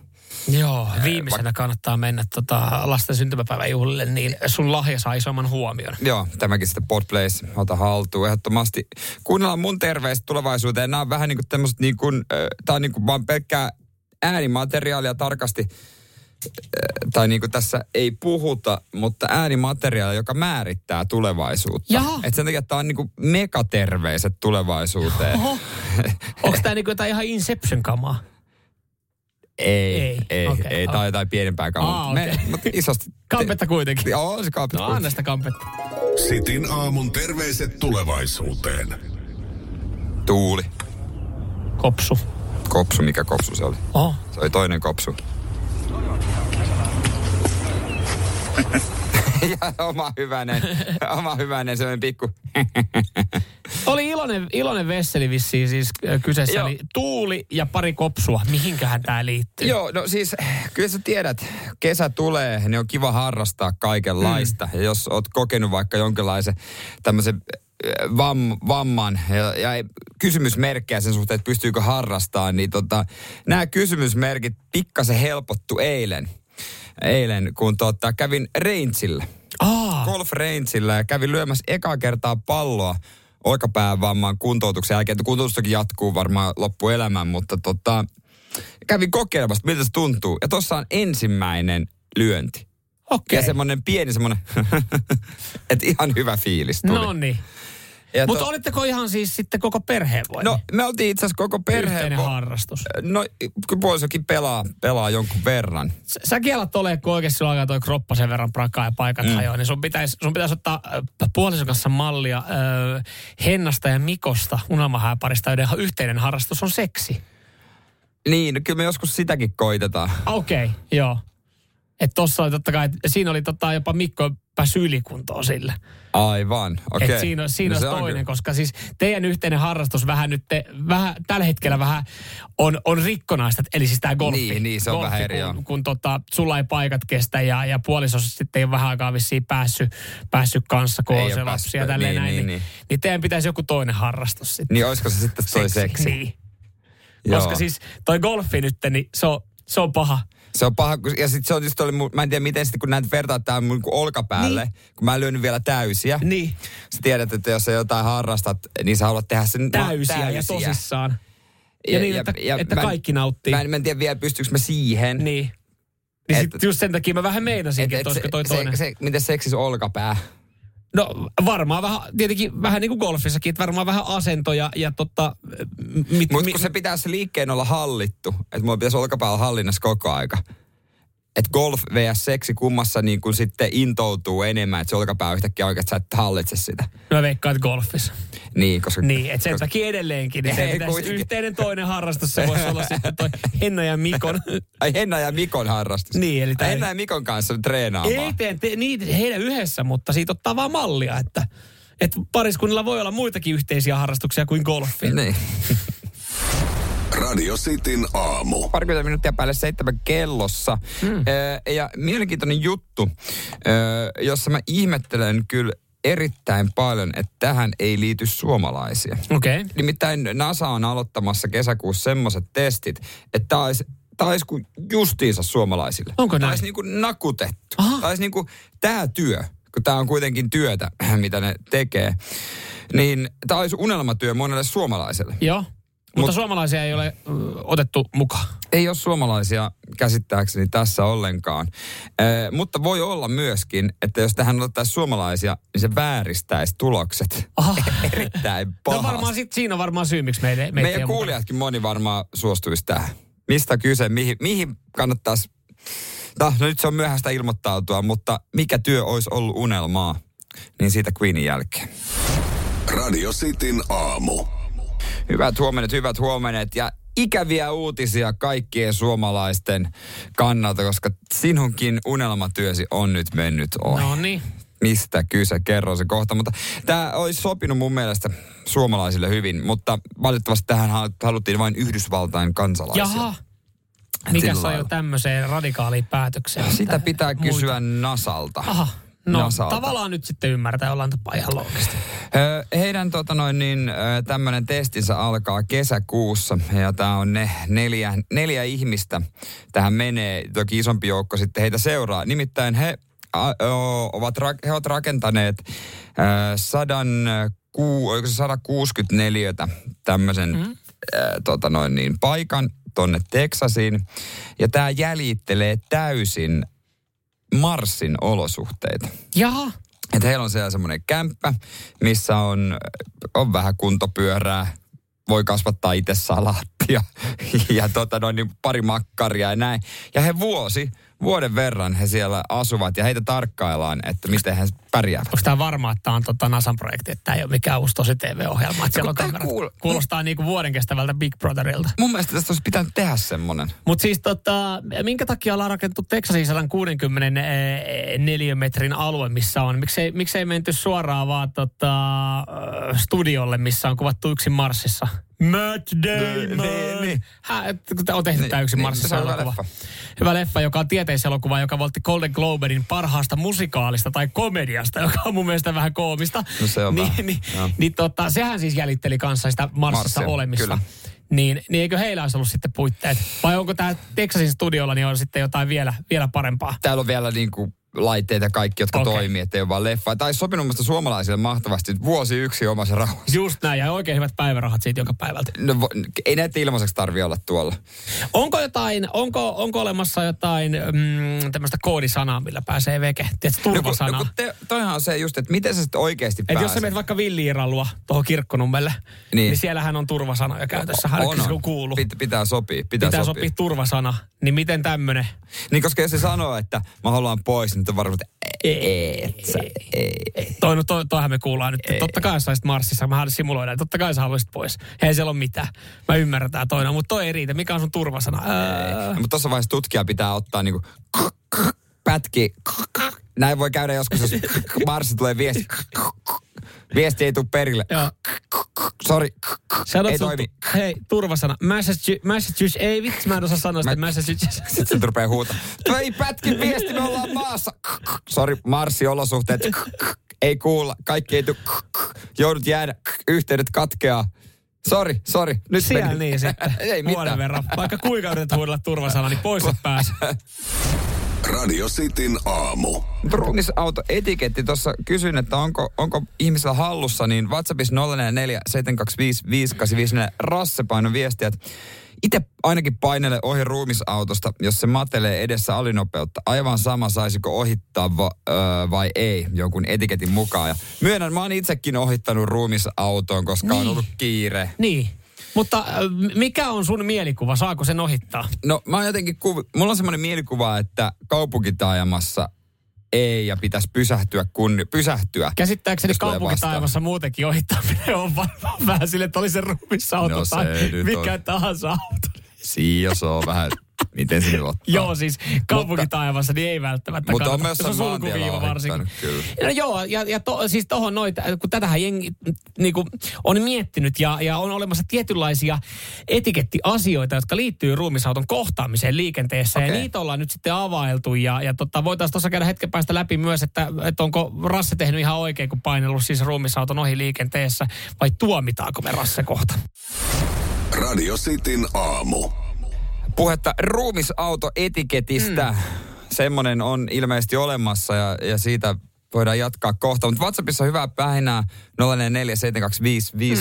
Joo, viimeisenä kannattaa mennä tota lasten syntymäpäiväjuhlille, niin sun lahja saa isomman huomion.
Joo, tämäkin sitten Podplace, ota haltuun ehdottomasti. Kuunnellaan mun terveiset tulevaisuuteen. Nämä on vähän niin kuin tämmöiset, niin kuin, äh, tää on niin kuin vaan pelkkää äänimateriaalia tarkasti. Äh, tai niin kuin tässä ei puhuta, mutta äänimateriaalia, joka määrittää tulevaisuutta.
Jaha.
Et sen takia, että tämä on niin kuin megaterveiset tulevaisuuteen.
Oho, onko tämä niinku jotain ihan Inception-kamaa?
Ei,
Ei.
ei, ei,
Okei,
okay, ei
okei.
tai jotain pienempää
Aa,
kamaa. mutta me-
okei.
Mutta isosti.
Kampetta kuitenkin.
Joo, se kaapit.
No anna sitä kampetta.
Sitin aamun terveiset tulevaisuuteen.
Tuuli.
Kopsu. Oh.
Kopsu, mikä kopsu se oli?
Oho.
Se oli toinen kopsu. [laughs] ja oma hyvänen, oma hyvänen, semmoinen pikku.
Oli iloinen, iloinen vesseli vissiin siis äh, kyseessä.
Joo.
Joo. Eli tuuli ja pari kopsua. Mihinkähän tämä liittyy?
[laughs] Joo, no siis kyllä sä tiedät, kesä tulee, niin on kiva harrastaa kaikenlaista. Mm. Ja jos oot kokenut vaikka jonkinlaisen tämmöisen äh, vam, vamman ja, ja ei- kysymysmerkkejä sen suhteen, että pystyykö harrastamaan, niin tota, nämä kysymysmerkit pikkasen helpottu eilen. Eilen, kun tota, kävin rangeillä,
Aa,
golf rangeillä ja kävin lyömässä ekaa kertaa palloa oikapään vamman kuntoutuksen jälkeen. Kuntoutustakin jatkuu varmaan loppuelämän, mutta tota, kävin kokeilemassa, miltä se tuntuu. Ja tossa on ensimmäinen lyönti.
okei.
Ja semmonen pieni semmonen, [laughs] että ihan hyvä fiilis tuli.
No niin.
Ja
Mutta olitteko ihan siis sitten koko perheen voi?
No me oltiin itse asiassa koko perheen...
Yhteinen
vo-
harrastus.
No, kun puolisokin pelaa, pelaa jonkun verran.
Sä- Säkin alat ole, kun oikeasti sulla alkaa toi kroppa sen verran prakaa ja paikat mm. hajoaa, niin sun pitäisi, sun pitäisi ottaa äh, puolison kanssa mallia äh, Hennasta ja Mikosta, unelmahääparista, joiden yhteinen harrastus on seksi.
Niin, no kyllä me joskus sitäkin koitetaan.
Okei, okay, joo. Että tossa oli totta kai, siinä oli tota jopa Mikko pääsi ylikuntoon sille.
Aivan, okei.
Okay. Et siinä, on-
No
siinä no
se
on
on
toinen,
kyllä-
koska siis teidän yhteinen harrastus vähän nyt, te, vähän, tällä hetkellä vähän on, on rikkonaista, eli siis tämä golfi.
Niin, niin, se on
golfi,
vähän eri, joo.
Kun, kun tota, sulla ei paikat kestä ja, ja puolisossa sitten ei ole vähän aikaa vissiin päässyt, päässyt kanssa, kun
Ei
on
ole
se
päässyt,
lapsi ja tälleen
niin,
näin.
niin,
Niin,
niin.
niin, niin teidän pitäisi joku toinen harrastus sitten.
Niin olisiko se sitten toi seksi?
Niin.
Joo.
Koska siis toi golfi nyt, niin se on, se on paha.
Se on paha, kun- ja sit se on just oli, mun- mä en tiedä miten sitten, kun näitä vertaa tää mun niinku olkapäälle, niin. kun mä en lyönyt vielä täysiä.
Niin.
Sä tiedät, että jos sä jotain harrastat, niin sä haluat tehdä sen
Täysiä, täysiä. ja tosissaan. Ja, ja niin, että, ja, että
mä en-
kaikki nauttii.
Mä en, mä en tiedä vielä, pystyykö mä siihen.
Niin. Niin
Et-
sit just sen takia mä vähän meinasinkin, että olisiko toi
se,
toinen.
se, miten seksis olkapää?
No varmaan vähän, tietenkin vähän niin kuin golfissakin, että varmaan vähän asentoja ja tota... Mit,
Mutta kun se pitää se liikkeen olla hallittu, että mulla pitäisi olkapäällä hallinnassa koko aika. Että golf vs seksi kummassa niin kun sitten intoutuu enemmän, että se olkapää yhtäkkiä oikeasti sä et hallitse sitä.
Mä veikkaan, että golfissa.
Niin, koska...
Niin, että sen
koska-
takia edelleenkin. Niin
Ei,
se pitäisi
kuitenkin.
yhteinen toinen harrastus, se voisi olla sitten toi Henna ja Mikon.
Ai Henna ja Mikon harrastus.
Niin, eli
Ai
tää-
Henna ja Mikon kanssa
Ei
treenaamaan.
tee te, niitä heidän yhdessä, mutta siitä ottaa vaan mallia, että, että pariskunnilla voi olla muitakin yhteisiä harrastuksia kuin golfi.
Niin.
Radio Cityn aamu.
Parikymmentä minuuttia päälle seitsemän kellossa.
Hmm.
Mm. Ja mielenkiintoinen juttu, ö, jossa mä ihmettelen kyllä erittäin paljon, että tähän ei liity suomalaisia.
Okei. Okay.
Nimittäin NASA on aloittamassa kesäkuussa semmoiset testit, että tämä olisi, tää olisi kuin justiinsa suomalaisille.
Onko
Tämä
näin?
olisi niin kuin nakutettu.
Aha.
Tämä olisi niin kuin tämä työ, kun tämä on kuitenkin työtä, [clears throat] mitä ne tekee. Niin tämä olisi unelmatyö monelle suomalaiselle.
Joo. Mutta
Mut-
Mut, suomalaisia ei ole ö, otettu mukaan. No,
Ei ole suomalaisia käsittääkseni tässä ollenkaan. Eh, mutta voi olla myöskin, että jos tähän otettaisiin suomalaisia, niin se vääristäisi tulokset
Aha.
[laughs] erittäin
No
pahasti.
varmaan sit, siinä on varmaan syy, miksi meille, meitä ei
Meidän
ole mukana.
kuulijatkin moni varmaan suostuisi tähän. Mistä kyse, mihin, mihin kannattaisi... No, no nyt se on myöhäistä ilmoittautua, mutta mikä työ olisi ollut unelmaa, niin siitä Queenin jälkeen.
Radio Cityn aamu.
Hyvät huomenet, hyvät huomenet ja ikäviä uutisia kaikkien suomalaisten kannalta, koska sinunkin unelmatyösi on nyt mennyt ohi.
No niin.
Mistä kyse, kerro se kohta. Mutta tämä olisi sopinut mun mielestä suomalaisille hyvin, mutta valitettavasti tähän hal- haluttiin vain Yhdysvaltain kansalaisia.
Jaha.
Et
Mikä
sillä
sai
lailla.
tämmöiseen radikaaliin päätökseen?
Sitä
Että
pitää
muita-
kysyä Nasalta.
Aha. No
Nasalta.
tavallaan nyt sitten ymmärtää, ollaan tapaa ihan loogista.
Ö, Heidän tota noin, niin, tämmöinen testinsä alkaa kesäkuussa ja tämä on ne neljä, neljä ihmistä. Tähän menee, toki isompi joukko sitten heitä seuraa. Nimittäin he, a, o, ovat, ra- he ovat rakentaneet ö, sadan, kuu, oliko se 164 tämmöisen mm. tota noin, niin, paikan tonne Teksasiin. Ja tämä jäljittelee täysin Marsin olosuhteita.
Jaha.
Että heillä on siellä semmoinen kämppä, missä on, on vähän kuntopyörää, voi kasvattaa [laughs] itse salaattia ja tota noin, niin pari makkaria ja näin. Ja he vuosi vuoden verran he siellä asuvat ja heitä tarkkaillaan, että miten he pärjäävät.
Onko tämä varma, että tämä on tota Nasan projekti, että tämä ei ole mikään uusi tosi TV-ohjelma, että siellä on
tää
kamerat.
kuul-
Kuulostaa niinku vuoden kestävältä Big Brotherilta.
Mun mielestä tästä olisi pitänyt tehdä semmonen.
Mutta siis tota, minkä takia ollaan rakennettu Texasin 164 metrin alue, missä on? Miksei, miksei menty suoraan vaan tota, ö, studiolle, missä on kuvattu yksin Marsissa? Matt Damon!
Niin, niin.
Hä, et, kun tää on tehty
Niin,
tämä yksin
niin,
Marsissa
se on hyvä
elokuva.
leffa.
Hyvä leffa, joka on tieteiselokuva, joka voitti Golden Globenin parhaasta musikaalista tai komediasta, [laughs] joka on mun mielestä vähän koomista.
No se on
niin,
vähän,
niin,
joo.
niin tota, sehän siis jäljitteli kanssa sitä Marsissa
Marsia,
olemista.
kyllä.
Niin, niin eikö heillä olisi ollut sitten puitteet? Vai onko tämä Texasin studiolla, niin on sitten jotain vielä, vielä parempaa?
Täällä on vielä niin kuin laitteita kaikki, jotka
Okei.
okay. toimii, ettei ole vaan leffa. Tai sopinut musta suomalaisille mahtavasti että vuosi yksi omassa rauhassa.
Just näin, ja oikein hyvät päivärahat siitä joka päivältä.
No, vo- ei näitä ilmaiseksi tarvi olla tuolla.
Onko jotain, onko, onko olemassa jotain mm, tämmöistä koodisanaa, millä pääsee veke? Tiedätkö, turvasana?
kun te, toihan on se just, että miten sä sitten oikeasti
Et
pääset.
jos sä menet vaikka villiiralua tuohon kirkkonummelle, niin.
Niin.
niin siellähän on turvasanoja käytössä. Hän on, on. kuuluu.
Pit, pitää sopii. Pitää,
Pitää
pitää
sopii.
sopii.
turvasana, niin miten tämmönen?
Niin koska jos se sanoo, että mä haluan pois, niin on varmaan, että
Et sä, toi, no, toi, toihan me kuullaan nyt. Totta kai sä olisit Marsissa, mä haluan simuloida. Totta kai sä haluaisit pois. Ei siellä ole mitään. Mä ymmärrän tää toinen, mutta toi ei riitä. Mikä on sun turvasana? Öö, Ää,
No, mutta tuossa vaiheessa tutkija pitää ottaa niinku pätki. Näin voi käydä joskus,
[laughs]
jos Marsi tulee viesti. Viesti ei tule perille.
joo.
Sori,
Sanot
ei
sun-
toimi.
Hei, turvasana. Massachusetts, Massachusetts, ei vitsi, mä en osaa sanoa sitä
Mä-
Massachusetts.
Sitten se rupeaa huuta. Ei pätki viesti, me ollaan maassa. Sori, Marsi olosuhteet. Ei kuulla, kaikki ei tule. Joudut jäädä, yhteydet katkeaa. Sori, sori. [laughs] Nyt
Siellä
meni.
niin sitten.
[laughs] ei
Vuoden
mitään.
verran. Vaikka kuinka yrität huudella turvasana, niin pois et
[laughs]
pääse.
Radio Cityn aamu.
Ruumisauto etiketti tuossa kysyn, että onko, onko ihmisellä hallussa, niin WhatsAppissa 044 725 585 Rasse paino viestiä, että itse ainakin painele ohi ruumisautosta, jos se matelee edessä alinopeutta. Aivan sama, saisiko ohittaa va, ö, vai ei, jonkun etiketin mukaan. Ja myönnän, mä oon itsekin ohittanut ruumisautoon, koska niin. on
Niin.
ollut kiire.
Niin. Mutta äh, mikä on sun mielikuva? Saako sen ohittaa?
No mä oon jotenkin, kuv... mulla on semmoinen mielikuva, että kaupunkitaajamassa ei ja pitäisi pysähtyä kun pysähtyä.
Käsittääkseni
Jos tulee
kaupunkitaivassa muutenkin ohittaminen on varmaan vähän sille, että oli se ruumissa auto
No se
tai
nyt
mikä
on.
tahansa auto.
Siinä se on vähän, miten se nyt ottaa.
[laughs] Joo, siis kaupunkitaivassa niin ei välttämättä
Mutta on
kannata.
myös
Se on
sen maantiellä
sulkuviiva varsinkin.
ohittanut,
No joo, ja, ja to, siis tohon noita, kun tätähän jengi niin kuin, on miettinyt ja, ja on olemassa tietynlaisia etikettiasioita, jotka liittyy ruumisauton kohtaamiseen liikenteessä. Ja
Okei.
niitä ollaan nyt sitten availtu ja, ja tota, voitaisiin tuossa käydä hetken päästä läpi myös, että, että onko Rasse tehnyt ihan oikein, kun painellut siis ruumisauton ohi liikenteessä vai tuomitaanko me Rasse kohta?
Radio Cityn aamu.
Puhetta ruumisautoetiketistä. Mm. Semmoinen on ilmeisesti olemassa ja, ja siitä voidaan jatkaa kohta. Mutta WhatsAppissa on hyvää päinää 0447255854.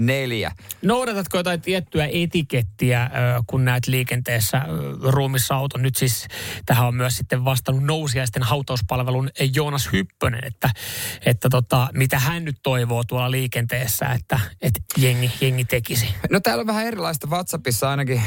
Mm.
Noudatatko jotain tiettyä etikettiä, ö, kun näet liikenteessä ö, ruumissa auton? Nyt siis tähän on myös sitten vastannut nousiaisten hautauspalvelun Joonas Hyppönen, että, että tota, mitä hän nyt toivoo tuolla liikenteessä, että, että jengi, jengi tekisi.
No täällä on vähän erilaista WhatsAppissa ainakin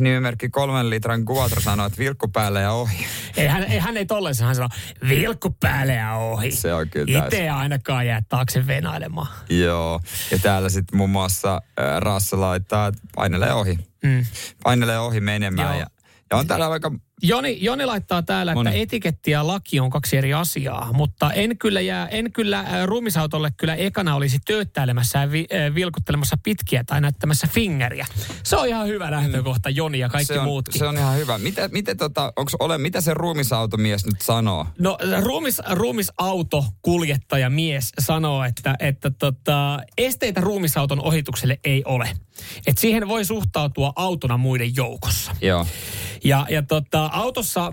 nimimerkki kolmen litran kuvatro sanoo, että vilkku päälle ja ohi.
Ei hän, ei, hän ei tolleen, hän sanoo, vilkku päälle ja ohi.
Se on kyllä
Itse ainakaan jää taakse venailemaan.
[laughs] Joo. Ja täällä sitten muun muassa äh, Rasse laittaa, että painelee ohi.
Mm.
Painelee ohi menemään.
Joo.
Ja, ja on täällä aika
Joni, Joni laittaa täällä, että
Noniin.
etiketti ja laki on kaksi eri asiaa, mutta en kyllä, jää, en kyllä äh, ruumisautolle kyllä ekana olisi tööttäilemässä ja vi, äh, vilkuttelemassa pitkiä tai näyttämässä fingeriä. Se on ihan hyvä lähtökohta, Joni ja kaikki
Mm. se on,
muutkin.
Se on ihan hyvä. Mitä, mitä, tota, onks ole, mitä se ruumisautomies nyt sanoo?
No ruumis, ruumisauto kuljettaja mies sanoo, että, että tota, esteitä ruumisauton ohitukselle ei ole. Et siihen voi suhtautua autona muiden joukossa.
Joo.
Ja, ja tota, autossa,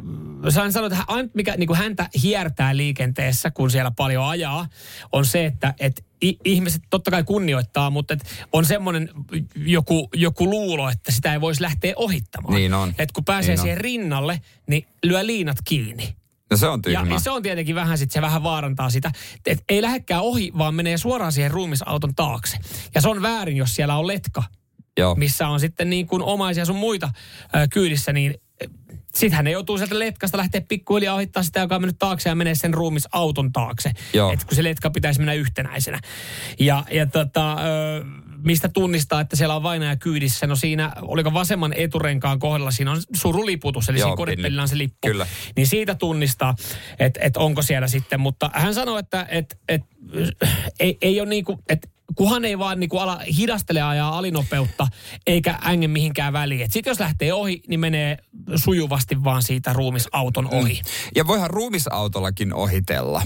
sain sanoa, että hän- ainut mikä niin kuin häntä hiertää liikenteessä, kun siellä paljon ajaa, on se, että et, i- ihmiset totta kai kunnioittaa, mutta et on semmoinen joku, joku luulo, että sitä ei voisi lähteä ohittamaan.
Niin on.
Et kun pääsee
Niin on.
siihen rinnalle, niin lyö liinat kiinni.
No se on
Ja
tyhmä.
se on tietenkin vähän sit, se vähän vaarantaa sitä, että ei lähekkää ohi, vaan menee suoraan siihen ruumisauton taakse. Ja se on väärin, jos siellä on letka,
Joo.
missä on sitten niin kuin omaisia sun muita ö, kyydissä, niin ö, Sitten hän joutuu sieltä letkasta lähteä pikkuhiljaa ohittaa sitä, joka on mennyt taakse ja menee sen ruumis auton taakse.
Joo.
Et kun se letka pitäisi mennä yhtenäisenä. Ja, ja tota, ö, mistä tunnistaa, että siellä on vainaja kyydissä? No siinä, oliko vasemman eturenkaan kohdalla, siinä on suruliputus, eli
Joo,
siinä koripelillä on se lippu.
kyllä.
Niin siitä tunnistaa, että et onko siellä sitten. Mutta hän sanoi, että et, et, ei, ei ole niin kuin, että kunhan ei vaan niinku ala hidastele ajaa alinopeutta, eikä änge mihinkään väliin. Sitten jos lähtee ohi, niin menee sujuvasti vaan siitä ruumisauton ohi.
Ja voihan ruumisautollakin ohitella.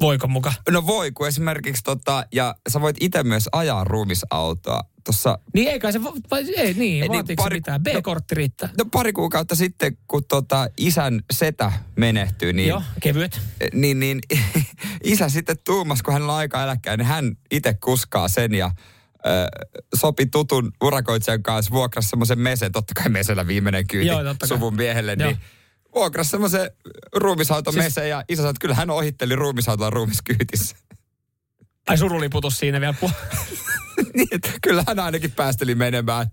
Voiko muka?
No voi, kun esimerkiksi tota, ja sä voit itse myös ajaa ruumisautoa. Tuossa
Niin eikä se, va- vai, ei niin,
niin,
ei, vaatiiko
pari-
se mitään? B-kortti riittää.
no pari kuukautta sitten, kun tota isän setä menehtyi, niin,
Joo, kevyet.
niin, niin [laughs] isä sitten tuumas, kun hänellä on aika eläkkää, niin hän itse kuskaa sen ja ö, sopi tutun urakoitsijan kanssa vuokrasi semmoisen meseen, totta kai mesellä viimeinen kyyti
Joo, totta kai.
suvun miehelle,
Joo.
niin vuokrasi semmoisen ruumisauton
Siis-
siis... meseen ja isä sanoi, että kyllä hän ohitteli ruumisautoa ruumiskyytissä.
Ai suruliputus siinä vielä. pu-
[laughs] niin, että kyllä hän ainakin päästeli menemään.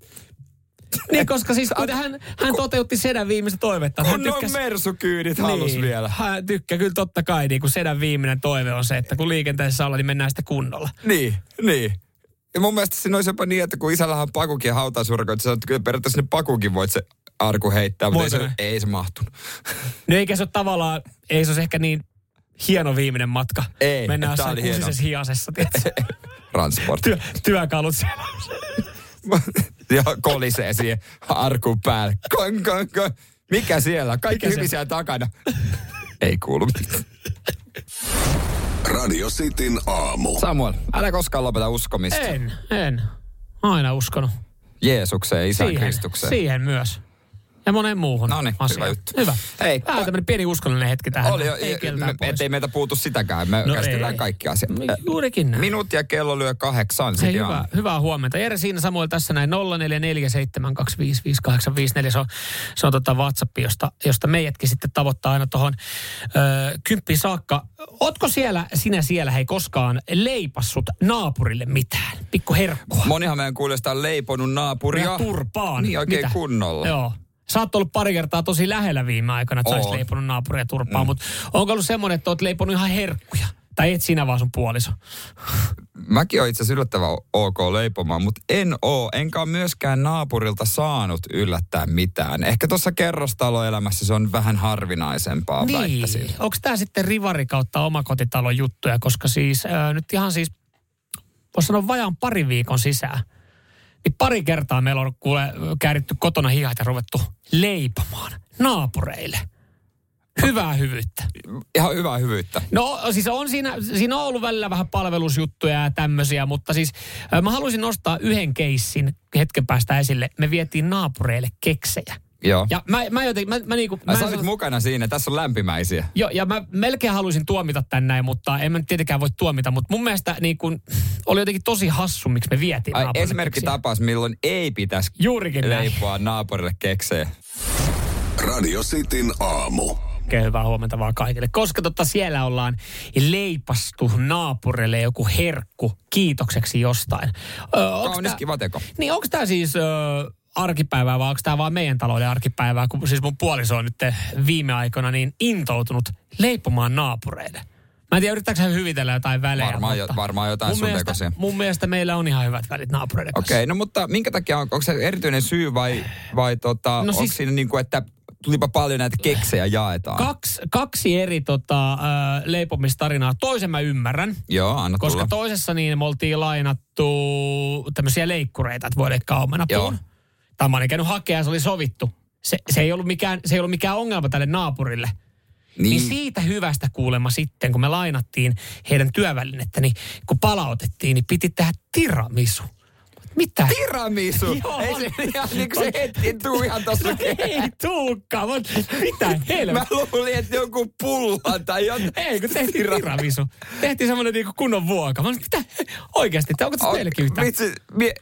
niin, koska siis kun hän, hän toteutti sedän viimeistä toivetta. Hän
Kun on
tykkäsi,
mersukyydit halus
niin,
vielä.
Hän tykkää kyllä totta kai, niin kun sedän viimeinen toive on se, että kun liikenteessä ollaan, niin mennään sitä kunnolla.
Niin, niin. Ja mun mielestä siinä olisi jopa niin, että kun isällä on pakukin ja hautausurkoita, sä sanoit, että kyllä periaatteessa sinne pakukin voit se arku heittää, mutta ei
Voiko
se,
ne?
ei se mahtunut. [laughs]
No eikä se ole tavallaan, ei se olisi ehkä niin hieno viimeinen matka.
Ei,
Mennään
tää
jossain
oli hieno.
kuusisessa hiasessa, tiedätkö?
[laughs] Transport.
Työ, työkalut siellä.
[laughs] ja kolisee siihen arkun päälle. Kon, kon, kon. Mikä siellä? Kaikki
Mikä se-
hyvin siellä takana. ei kuulu mitään.
Radio Cityn aamu.
Samuel, älä koskaan lopeta uskomista ei.
En, en. Aina uskonut.
Jeesukseen, Isään
Siihen,
Kristukseen.
siihen myös. Ja monen muuhun
Noniin, hyvä
asiaan.
juttu.
Hyvä.
Hei,
Vähän
pa-
tämmöinen pieni uskonnollinen hetki tähän.
Oli, jo,
ei
me,
keltään pois.
ettei meiltä puutu sitäkään. Me
No
no käsitellään
ei.
kaikki asiat.
No juurikin näin.
Minuutti ja kello lyö kahdeksan.
Hei,
Hei,
hyvää, hyvää huomenta. Jere siinä Samuel tässä näin 0447255854. Se on, se on tota WhatsApp, josta, josta meidätkin sitten tavoittaa aina tuohon kymppi saakka. Ootko siellä, sinä siellä, hei koskaan leipassut naapurille mitään? Pikku herkkua.
Monihan meidän kuulijoista on leiponut naapuria.
Ja turpaan.
Niin oikein
Mitä?
kunnolla.
Joo. Sä oot ollut pari kertaa tosi lähellä viime aikoina, että sä oot
Oon.
leiponut naapuria turpaan, mm. mutta onko ollut semmoinen, että oot leiponut ihan herkkuja? Tai et sinä vaan sun puoliso.
Mäkin on itse asiassa yllättävän ok leipomaan, mutta en oo. Enkä ole myöskään naapurilta saanut yllättää mitään. Ehkä tuossa kerrostaloelämässä se on vähän harvinaisempaa, väittäisin.
Niin. Onko tämä sitten rivari kautta omakotitalon juttuja, koska siis äh, nyt ihan siis, voisi sanoa vajaan pari viikon sisään, niin pari kertaa meillä on kuule kääritty kotona hihat ja ruvettu leipomaan naapureille. Hyvää hyvyyttä.
Ihan hyvää hyvyyttä.
No siis on siinä, siinä on ollut välillä vähän palvelusjuttuja ja tämmöisiä, mutta siis äh, mä haluaisin nostaa yhden keissin hetken päästä esille. Me vietiin naapureille keksejä.
Joo. Ja,
Ja mä, mä joten, mä, mä niinku,
mä
mä
sä
en
olit
sano-
mukana siinä. Tässä on lämpimäisiä.
Joo, ja mä melkein haluaisin tuomita tän näin, mutta en mä nyt tietenkään voi tuomita, mutta mun mielestä niin kun, oli jotenkin tosi hassu, miksi me vietiin
Ai,
naapurille
esimerkki
keksiä.
tapaus, milloin ei pitäisi
Juurikin näin.
leipoa naapurille keksejä.
Radio Cityn aamu.
Oikein hyvää huomenta vaan kaikille. Koska totta siellä ollaan leipastu naapurille joku herkku kiitokseksi jostain. Ö, onks
Kaunis
tää-
kiva teko.
Niin onko tämä siis ö, arkipäivää vai onko tämä vaan meidän talouden arkipäivää, kun siis mun puoliso on nyt viime aikoina niin intoutunut leipomaan naapureille. Mä en tiedä, yrittääkö hän hyvitellä jotain välejä.
Varmaan jo-
mutta
varmaan jotain
mun
sun
mielestä,
tekosia.
Mun mielestä meillä on ihan hyvät välit naapureiden kanssa.
Okei, okay, no mutta minkä takia, on, onko se erityinen syy vai, vai tota, no siis,
siis-
siinä niin kuin, että tulipa paljon näitä keksejä jaetaan?
Kaksi, kaksi eri tota, ö, leipomistarinaa. Toisen mä ymmärrän.
Joo, anna
Koska
tulla.
toisessa niin me oltiin lainattu tämmöisiä leikkureita, että voi leikkaa omenapuun.
Joo.
Tai mä olin käynyt hakea ja se oli sovittu. Se, se, ei ollut mikään, se ei ollut mikään ongelma tälle naapurille. Niin. niin siitä hyvästä kuulemma sitten, kun me lainattiin heidän työvälinettä, niin kun palautettiin, niin piti tehdä tiramisu. Mitä?
tiramisu!
[laughs] Joo.
Ei se, ihan, niin
[laughs]
kuin se hetki tuu ihan tossa.
no,
[laughs]
ei tuukkaan, mutta mitä
Mä
helvettiä.
luulin, että joku pulla tai jotain.
Ei, kun tehtiin tiramisu. Tehtiin semmoinen niinku kunnon vuoka. Mä olin, mitä? Oikeasti, onko tässä teilläkin yhtään?
Vitsi, mie...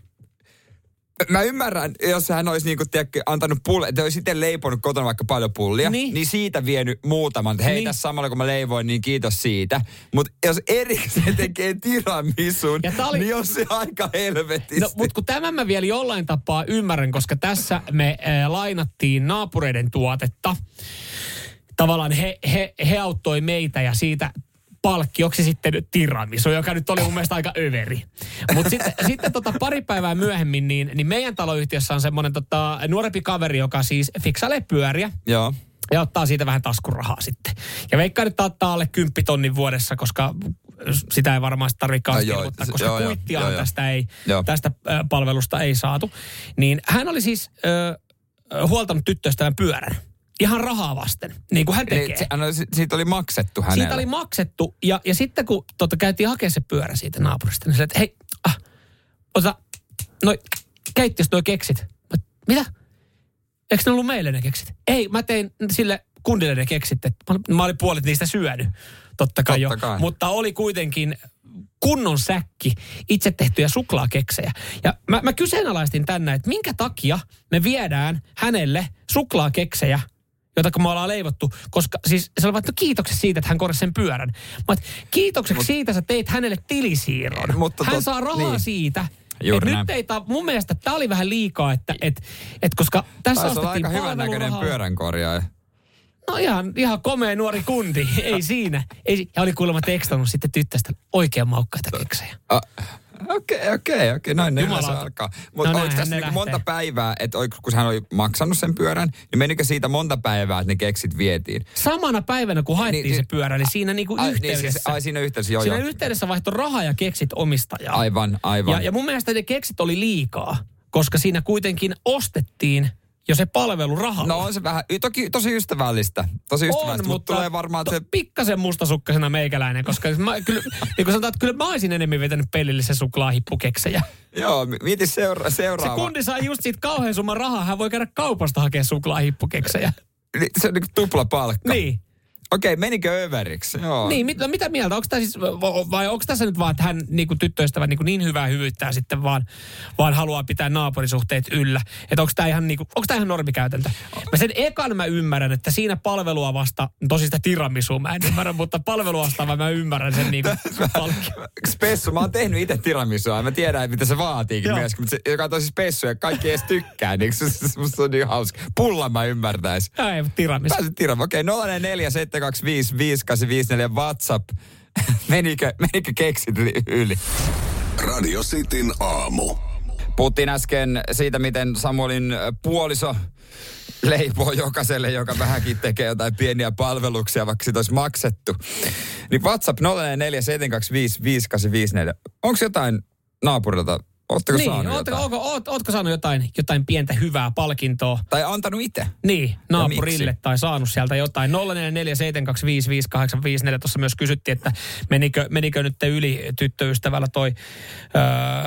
mä ymmärrän, jos hän olisi niinku, tiedätkö, antanut pulle, että olisi itse leiponut kotona vaikka paljon pullia,
Niin.
niin, niin siitä vienyt muutaman. Että Hei,
Niin.
niin. tässä samalla kun mä leivoin, niin kiitos siitä. Mutta jos erikseen tekee tiramisun,
Ja tää oli-
niin on se aika helvetisti.
No, mutta kun tämän mä vielä jollain tapaa ymmärrän, koska tässä me äh, lainattiin naapureiden tuotetta. Tavallaan he, he, he auttoi meitä ja siitä palkkioksi sitten tiramisu, joka nyt oli mun mielestä aika överi. Mutta sitten, [laughs] sitten tota pari päivää myöhemmin, niin, niin meidän taloyhtiössä on semmoinen tota, nuorempi kaveri, joka siis fiksailee pyöriä
Joo.
ja ottaa siitä vähän taskurahaa sitten. Ja veikkaan, että ottaa alle 10 tonnin vuodessa, koska sitä ei varmaan tarvitse
No joo,
ilmoittaa,
se-
koska
joo, joo,
kuittiaan
joo, joo.
tästä, ei,
Joo.
tästä ö, palvelusta ei saatu. Niin hän oli siis ö, ö, huoltanut tyttöystävän pyörän. Ihan rahaa vasten, niin kuin hän tekee.
Niin, se, no, si- siitä oli maksettu hänelle.
Siitä oli maksettu ja, ja sitten kun tota, käytiin hakemaan se pyörä siitä naapurista, niin sille, että hei, ah, ota noi keittiöstä noi keksit. Mä, Mitä? Eikö ne ollut meille ne keksit? Ei, mä tein sille kundille ne keksit. että Mä, olin- mä olin puolet niistä syönyt. Totta kai
Totta
jo.
kai.
Mutta oli kuitenkin kunnon säkki itse tehtyjä suklaakeksejä. Ja mä, mä kyseenalaistin tänne, että minkä takia me viedään hänelle suklaakeksejä, jota kun me ollaan leivottu, koska siis se oli vaikka kiitokseksi siitä, että hän korjasi sen pyörän. Mä oot, kiitokseksi siitä sä teit hänelle tilisiirron.
Mutta
hän
tot-
saa rahaa
niin.
siitä.
Juuri
Et
näin.
nyt ei ta, mun mielestä tämä oli vähän liikaa, että et, et koska tässä
Taisi olla
ostettiin
aika hyvän näköinen
palvelurahalla-
pyöränkorjaaja.
No ihan, ihan komea nuori
[laughs]
kundi, ei siinä. Ei, si- ja oli kuulemma tekstannut sitten tyttästä oikean maukkaita keksejä.
Ah, Okei, okei, okei. Noin ne
Jumalauta.
yleensä alkaa.
No
Mutta no
näinhän
oliko tässä
ne
niinku monta
lähtee.
päivää, että oliko- kun hän oli maksanut sen pyörän, niin menikö siitä monta päivää, että ne keksit vietiin?
Samana päivänä, kun haettiin
Niin,
se
siis-
pyörä, niin siinä niinku
Ai,
yhteydessä.
Niin siis, ai siinä yhteydessä, joo,
siinä
joo.
yhteydessä vaihtoi rahaa ja keksit omistajaa.
Aivan, aivan.
Ja, ja mun mielestä ne keksit oli liikaa, koska siinä kuitenkin ostettiin jo se palvelu rahalla.
No on se vähän, y- toki tosi ystävällistä, tosi ystävällistä, mutta, mutta tulee varmaan
to-
se...
Pikkasen mustasukkaisena meikäläinen, koska mä, kyllä, [laughs] niin kuin sanotaan, että kyllä mä olisin enemmän vetänyt pelillisen suklaahippukeksejä.
Joo, mi- mieti seura,
Se
seuraava.
kundi saa just siitä kauhean summan rahaa, hän voi käydä kaupasta hakemaan suklaahippukeksejä.
Ni- Se on niinku tupla palkka.
Niin.
Okei, menikö överiksi? Joo.
Niin, mit, no mitä mieltä? Onko tämä siis, va- vai onko tässä nyt vaan, että hän niin kuin tyttöystävä niin, kuin niin hyvää hyvyyttää sitten vaan, vaan haluaa pitää naapurisuhteet yllä? Että onko tämä ihan, niin kuin, onko tämä ihan normikäytäntö? Mä sen ekan mä ymmärrän, että siinä palvelua vasta, tosi sitä tiramisua mä en ymmärrä, mutta palvelua vastaan mä ymmärrän sen niin kuin palkki.
Spessu, mä oon tehnyt itse tiramisua, mä tiedän, mitä se vaatiikin
Joo.
myöskin, mutta se, joka on tosi spessu ja kaikki ei edes tykkää, niin se, se, se musta on niin hauska. Pulla mä ymmärtäis.
Ei, tiramis.
Pääsit tiramisu. Okei, 0447255854 WhatsApp. [laughs] menikö, menikö keksit yli- yli?
Radio Cityn aamu.
Puhuttiin äsken siitä, miten Samuelin äh, puoliso leipoo jokaiselle, joka vähänkin tekee jotain pieniä palveluksia, vaikka siitä olisi maksettu. Niin WhatsApp 0447255854. Onko jotain naapurilta? Oletteko niin,
Niin,
saanut
ootko,
jotain?
ootko, oot- ootko saanut jotain, jotain pientä hyvää palkintoa?
Tai antanut itse?
Niin, naapurille
miksi?
tai saanut sieltä jotain. 0447255854 tuossa myös kysyttiin, että menikö, menikö nyt yli tyttöystävällä toi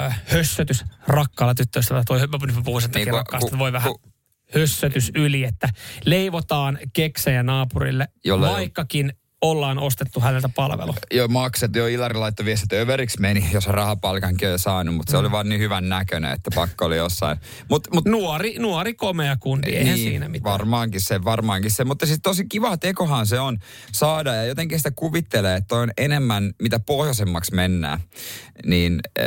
öö, hössötys, rakkaalla tyttöystävällä toi, mä nyt mä puhun sen takia
Niin, kun-
rakkaasta,
kun-
voi vähän
kun-
hössötys yli, että leivotaan keksejä naapurille,
Jolla ei ole-
vaikkakin ollaan ostettu häneltä palvelu.
Joo, makset. Joo, Ilari laittoi viestit, että överiksi meni, jos rahapalkankin on jo saanut, mutta se oli vaan niin hyvän näköinen, että pakko oli jossain. Mut, mut,
Nuori, nuori komea kundi, eihän siinä mitään.
Niin, Varmaankin se, varmaankin se. Mutta siis tosi kiva tekohan se on saada ja jotenkin sitä kuvittelee, että toi on enemmän, mitä pohjoisemmaksi mennään, niin äh,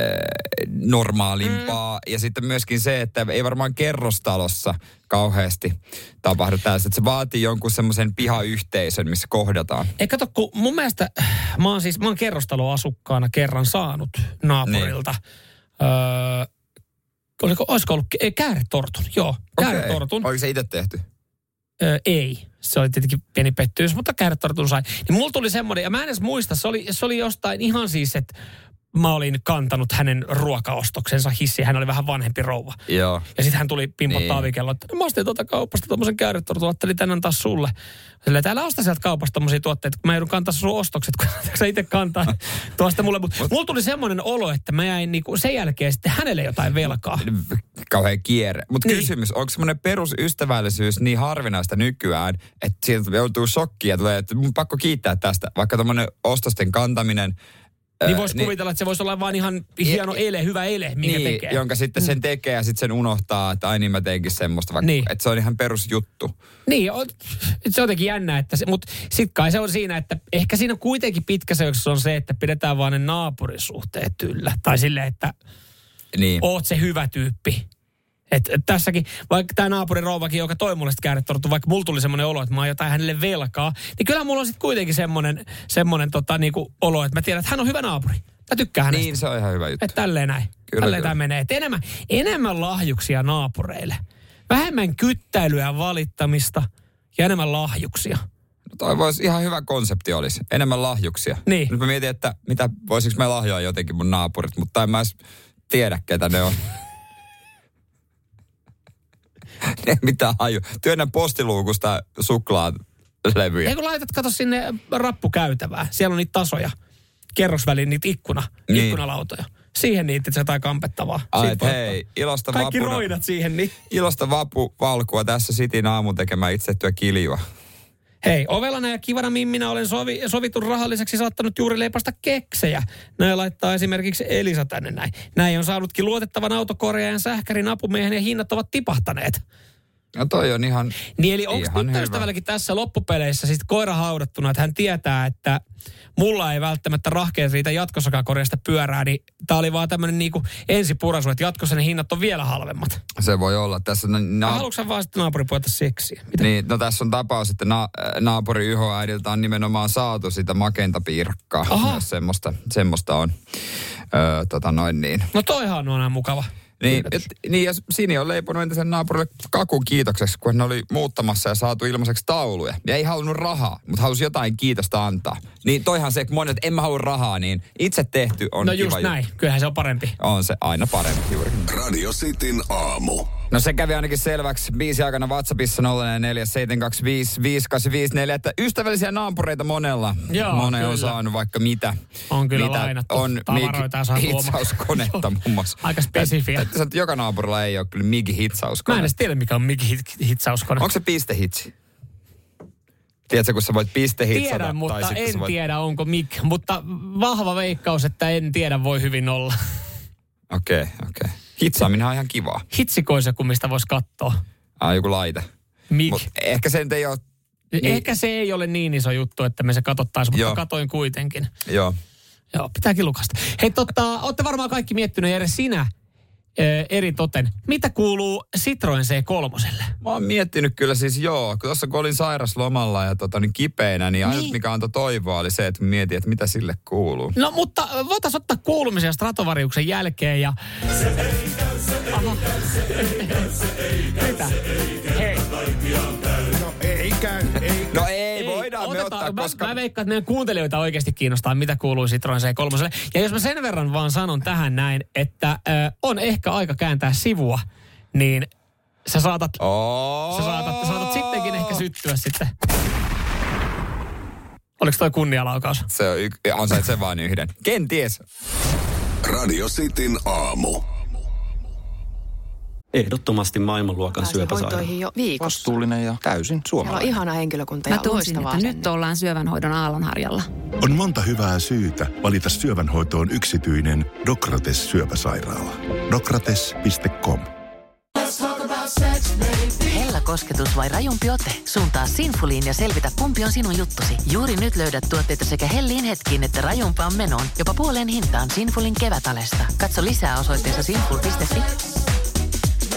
normaalimpaa. Mm. Ja sitten myöskin se, että ei varmaan kerrostalossa kauheasti tapahdu tällaista. Että se vaatii jonkun semmoisen pihayhteisön, missä kohdataan.
Ei kato, kun mun mielestä mä oon siis, mä oon kerrostaloasukkaana kerran saanut naapurilta. Öö, oliko, olisiko ollut ke- ei, kääretortun? Joo, kääretortun.
Okei. Oliko se itse tehty?
Öö, ei, se oli tietenkin pieni pettymys, mutta kääretortun sai. Niin mulla tuli semmoinen, ja mä en edes muista, se oli, se oli jostain ihan siis, että mä olin kantanut hänen ruokaostoksensa hissiin. Hän oli vähän vanhempi rouva.
Joo.
Ja sitten hän tuli
Niin.
pimpottaa niin. että no mä ostin tuolta kaupasta tuommoisen kääretortun, ajattelin tänään antaa sulle. Sillä täällä osta sieltä kaupasta tuommoisia tuotteita, kun mä joudun kantaa sun ostokset, kun sä itse kantaa
[laughs]
tuosta mulle. Mutta mulla tuli semmoinen olo, että mä jäin niinku sen jälkeen sitten hänelle jotain velkaa.
kauhean kierre. Mutta
Niin.
niin. kysymys, onko semmoinen perusystävällisyys niin harvinaista nykyään, että siitä joutuu shokkiin ja tulee, että mun pakko kiittää tästä. Vaikka tämmöinen ostosten kantaminen
Niin
Ö,
voisi
niin-
kuvitella, että se voisi olla vaan ihan hieno ele, hyvä ele, minkä
niin,
tekee. Mm.
jonka sitten sen tekee ja sitten sen unohtaa, että ai niin mä teinkin semmoista, vaikka,
Niin.
niin. että se on ihan perusjuttu.
Niin, on, se on jotenkin jännä, että se, mutta sit kai se on siinä, että ehkä siinä kuitenkin pitkässä juoksussa on se, että pidetään vaan ne naapurisuhteet yllä. Tai sille, että
Niin.
oot se hyvä tyyppi. Et, et tässäkin, vaikka tämä naapurin rouvakin, joka toi mulle sitä kääretorttua, vaikka mulla tuli semmoinen olo, että mä oon jotain hänelle velkaa, niin kyllä mulla on sitten kuitenkin semmoinen, semmoinen tota, niinku, olo, että mä tiedän, että hän on hyvä naapuri. Mä tykkään hänestä.
Niin, se on ihan hyvä juttu.
Että tälleen näin. Kyllä,
Kyllä,
tälleen
kyllä.
tämä menee. Et enemmän, enemmän lahjuksia naapureille. Vähemmän kyttäilyä ja valittamista ja enemmän lahjuksia.
Toi voisi ihan hyvä konsepti olisi. Enemmän lahjuksia.
Niin.
Nyt mä mietin, että mitä, voisiko mä lahjoa jotenkin mun naapurit, mutta en mä edes tiedä, ketä ne on. [laughs] ne ei mitään haju. Työnnä postiluukusta suklaat levyjä.
Ja kun laitat, kato sinne rappukäytävää. Siellä on niitä tasoja. Kerrosväliin niitä ikkuna,
Niin.
ikkunalautoja. Siihen niitä että jotain kampettavaa.
Ai,
Siitä
et
voi
hei, ilosta
ottaa. Kaikki
vapuna.
roidat siihen, niin.
Ilosta vapu valkua tässä Sitin aamun tekemään itsettyä kiljua.
Hei, ovelana ja kivana mimminä olen sovi, sovitun rahan lisäksi saattanut juuri leipasta keksejä. Näin laittaa esimerkiksi Elisa tänne näin. Näin on saanutkin luotettavan autokorjaajan sähkärin apumiehen ja hinnat ovat tipahtaneet.
No toi on ihan...
Niin eli onko
Ihan
tyttöystävälläkin tässä loppupeleissä sit koira haudattuna, että hän tietää, että mulla ei välttämättä rahkeet riitä jatkossakaan korjasta pyörää, niin tää oli vaan tämmönen niinku ensipurasu, että jatkossa ne hinnat on vielä halvemmat.
Se voi olla. Tässä on
No.
na-
Haluatko sä vaan sitten naapuripuolta seksiä? Mitä?
Niin, no tässä on tapaus, että na- äh, naapuri Yhoäidiltä on nimenomaan saatu sitä makentapiirakkaa.
Aha.
Myös semmoista, semmoista on. Öö, tota noin niin.
No toihan on aina mukava.
Niin, et, niin, ja Sini on leiponut entisen naapurille kakun kiitokseksi, kun ne oli muuttamassa ja saatu ilmaiseksi tauluja. Ja ei halunnut rahaa, mutta halusi jotain kiitosta antaa. Niin toihan se, kun monet, että en mä halua rahaa, niin itse tehty on
No
kiva
just
juttu.
näin, kyllähän se on parempi.
On se aina parempi juuri.
Radio Cityn aamu.
No se kävi ainakin selväksi biisi aikana WhatsAppissa 0472558554, että ystävällisiä naapureita monella.
Joo,
Monen
kyllä.
on saanut vaikka mitä.
On kyllä
mitä
lainattu
on
tavaroita ja saatu oma-
hitsauskonetta muun muassa.
[laughs] Aika spesifiä.
Täytyy sanoa, että joka naapurilla ei ole kyllä migi
Mä en
hitsauskone.
edes tiedä, mikä on migi-hitsauskone.
Onko se pistehitsi? Tiedätkö, kun sä voit pistehitsata?
Tiedän,
tai
mutta
sitten
en
sä voit...
tiedä, onko mik. Mutta vahva veikkaus, että en tiedä, voi hyvin olla.
Okei, okay, okei. Okay. Hitsaaminen on ihan kivaa.
Hitsikoisa, kun mistä voisi katsoa.
Ah, joku laite.
Mik.
Mut ehkä se nyt ei ole...
Niin. Ehkä se ei ole niin iso juttu, että me se katsottaisiin, mutta Joo.
Joo.
katoin kuitenkin.
Joo.
Joo, pitääkin lukasta. Hei, totta, olette varmaan kaikki miettineet, Jere, sinä ö, eri toten. Mitä kuuluu Citroen C3?
Mä oon miettinyt kyllä siis joo, kun tuossa kun olin sairaslomalla ja tota, niin kipeänä, niin ainut
Niin.
mikä antoi toivoa oli se, että mietin, että mitä sille kuuluu.
No, mutta ö, voitaisiin ottaa kuulumisia Stratovariuksen jälkeen ja... Aha. Mitä? Hei.
No ei, voidaan me ottaa,
mä,
koska...
Mä veikkaan, että meidän kuuntelijoita oikeasti kiinnostaa, mitä kuuluu Citroen C3. Ja jos mä sen verran vaan sanon tähän näin, että äh, on ehkä aika kääntää sivua, niin sä saatat,
Oh.
sä saatat, sä saatat sittenkin ehkä syttyä sitten. Oliko toi kunnialaukaus?
Se on, y- ansaitsee vain yhden. Kenties.
Radio Cityn aamu.
Ehdottomasti maailmanluokan syöpäsairaala.
hoitoihin jo viikossa.
vastuullinen ja täysin
Siellä on
suomalainen.
ihana henkilökunta ja
Mä tunsin,
loistavaa
että
asenne.
nyt ollaan syövänhoidon aallonharjalla.
On monta hyvää syytä valita syövänhoitoon yksityinen Dokrates syöpäsairaala. Dokrates.com
Hella kosketus vai rajumpi ote? Suuntaa Sinfuliin ja selvitä, kumpi on sinun juttusi. Juuri nyt löydät tuotteita sekä hellin hetkiin että rajumpaan menoon. Jopa puoleen hintaan Sinfulin kevätalesta. Katso lisää osoitteessa sinful.fi.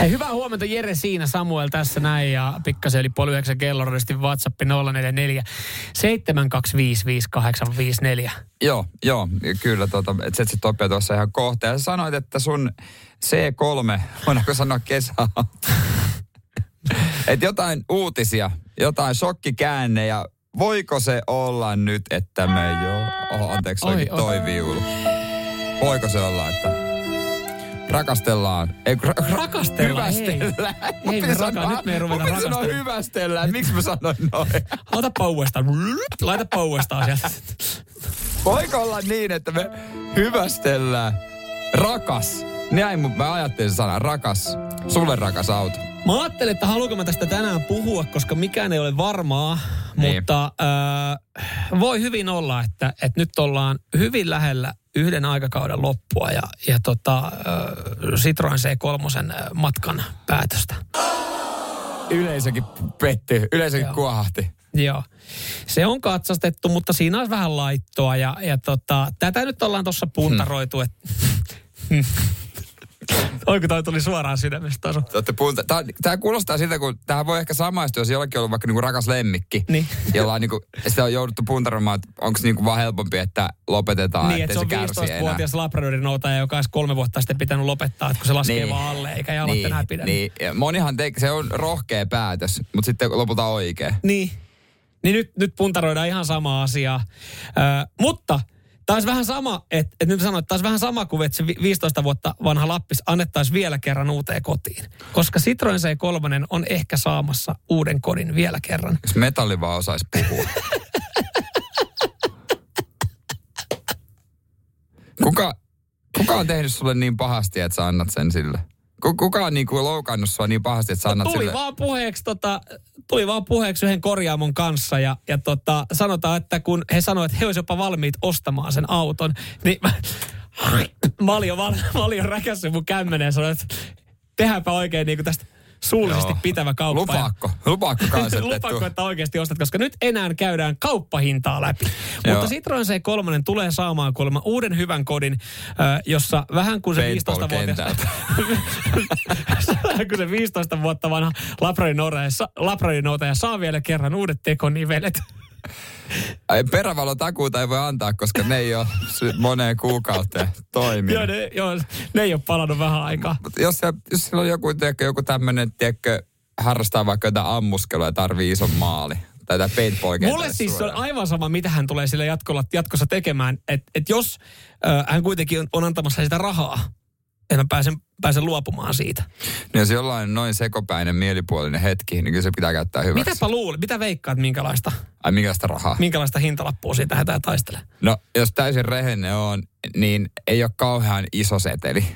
Hei, hyvää huomenta Jere siinä, Samuel tässä näin ja pikkasen yli puoli yhdeksän kelloradisti WhatsApp 044 7255854.
Joo, joo, kyllä, tota, et se topia tuossa ihan kohta. Ja sä sanoit, että sun C3, voidaanko sanoa [laughs] kesää? että jotain uutisia, jotain shokkikäänne ja voiko se olla nyt, että me jo... Oho, anteeksi,
Oi,
oi,
oi.
toi viulu. Voiko se olla, että Rakastellaan. Ei, kun ra-
Rakastellaan, ei.
Hyvästellään.
Ei me
Mä piti
raka-
sanoa-
nyt me ei ruveta
mun piti sanoa
rakastelemaan.
hyvästellään. Miksi mä sanoin noin?
Laitapa uudestaan. Laitapa uudestaan sieltä.
Voiko olla niin, että me hyvästellään rakas? Näin mun- mä ajattelin sen sanan, rakas. Sulle rakas auto.
Mä ajattelin, että haluanko mä tästä tänään puhua, koska mikään ei ole varmaa,
Niin.
mutta äh, voi hyvin olla, että, että nyt ollaan hyvin lähellä yhden aikakauden loppua ja, ja tota, äh, Citroen C3 matkan päätöstä.
Yleisökin petty, yleisökin
Joo.
kuohahti.
Joo. Se on katsastettu, mutta siinä on vähän laittoa ja, ja tota, tätä nyt ollaan tuossa puntaroitu. Hmm. [laughs] Oiko toi tuli suoraan sydämestä taso?
Te olette punta- Tää, tää kuulostaa siltä, kun tähän voi ehkä samaistua, jos jollakin on ollut vaikka niinku rakas lemmikki,
Niin.
[laughs] jolla on niinku, sitä on jouduttu puntaroimaan, että onko se niinku vaan helpompi, että lopetetaan,
Niin, että
ettei
se on
kärsi enää.
15-vuotias Labradorin noutaja, joka olisi kolme vuotta sitten pitänyt lopettaa, että kun se laskee
Niin.
niin. vaan alle, eikä jalat niin. enää pidä.
niin. Ja Monihan te, se on rohkea päätös, mutta sitten lopulta oikea.
Niin. Niin nyt, nyt puntaroidaan ihan sama asia. Ö, mutta tämä olisi vähän sama, että et nyt sanoin, että tämä olisi vähän sama kuin että se vi- 15 vuotta vanha Lappis annettaisiin vielä kerran uuteen kotiin. Koska Citroen C3 on ehkä saamassa uuden kodin vielä kerran.
Jos metalli vaan osaisi puhua. kuka, kuka on tehnyt sulle niin pahasti, että sä annat sen sille? Ku- Kuka on niin kuin loukannut sua niin pahasti, että sä annat
No Tuli
sille?
vaan, puheeksi, tota, tuli vaan puheeksi yhden korjaamon kanssa ja, ja tota, sanotaan, että kun he sanoivat, että he olisivat jopa valmiit ostamaan sen auton, niin mä, mä olin jo, val, mä olin jo räkässyt mun kämmeneen ja sanoin, että tehdäänpä oikein niin kuin tästä suullisesti
Joo.
pitävä kauppa.
Lupaakko? Lupaakko
[laughs]
kanssa, että et
Lupaako,
tuu-
että oikeasti ostat, koska nyt enää käydään kauppahintaa läpi.
Joo.
Mutta Citroen C3 tulee saamaan kuulemma uuden hyvän kodin, äh, jossa vähän kuin se 15-vuotias...
Paintball-kentältä.
kun se 15 vuotta vanha Labradorinoutaja saa vielä kerran uudet tekonivelet.
Ai, Perävalotakuuta ei voi antaa, koska ne ei ole sy- moneen kuukauteen toiminut.
[laughs] joo, ne, joo, ne ei ole palannut vähän aikaa.
Mut jos, se, jos sillä on joku, tiedätkö, joku tämmöinen, tiedätkö, harrastaa vaikka jotain ammuskelua ja tarvii ison maali. Tai tämä paintball
Mulle siis on aivan sama, mitä hän tulee sille jatkolla, jatkossa tekemään. Että et jos äh, hän kuitenkin on, on antamassa sitä rahaa, en mä pääsen, pääsen luopumaan siitä.
Niin jos jollain on noin sekopäinen mielipuolinen hetki, niin kyllä se pitää käyttää hyväksi.
Mitäpä luulet, mitä veikkaat, minkälaista,
Ai mikä sitä rahaa?
minkälaista hintalappua siitä hätää taistelee?
No, jos täysin rehenne on, niin ei ole kauhean iso
[laughs]
seteli.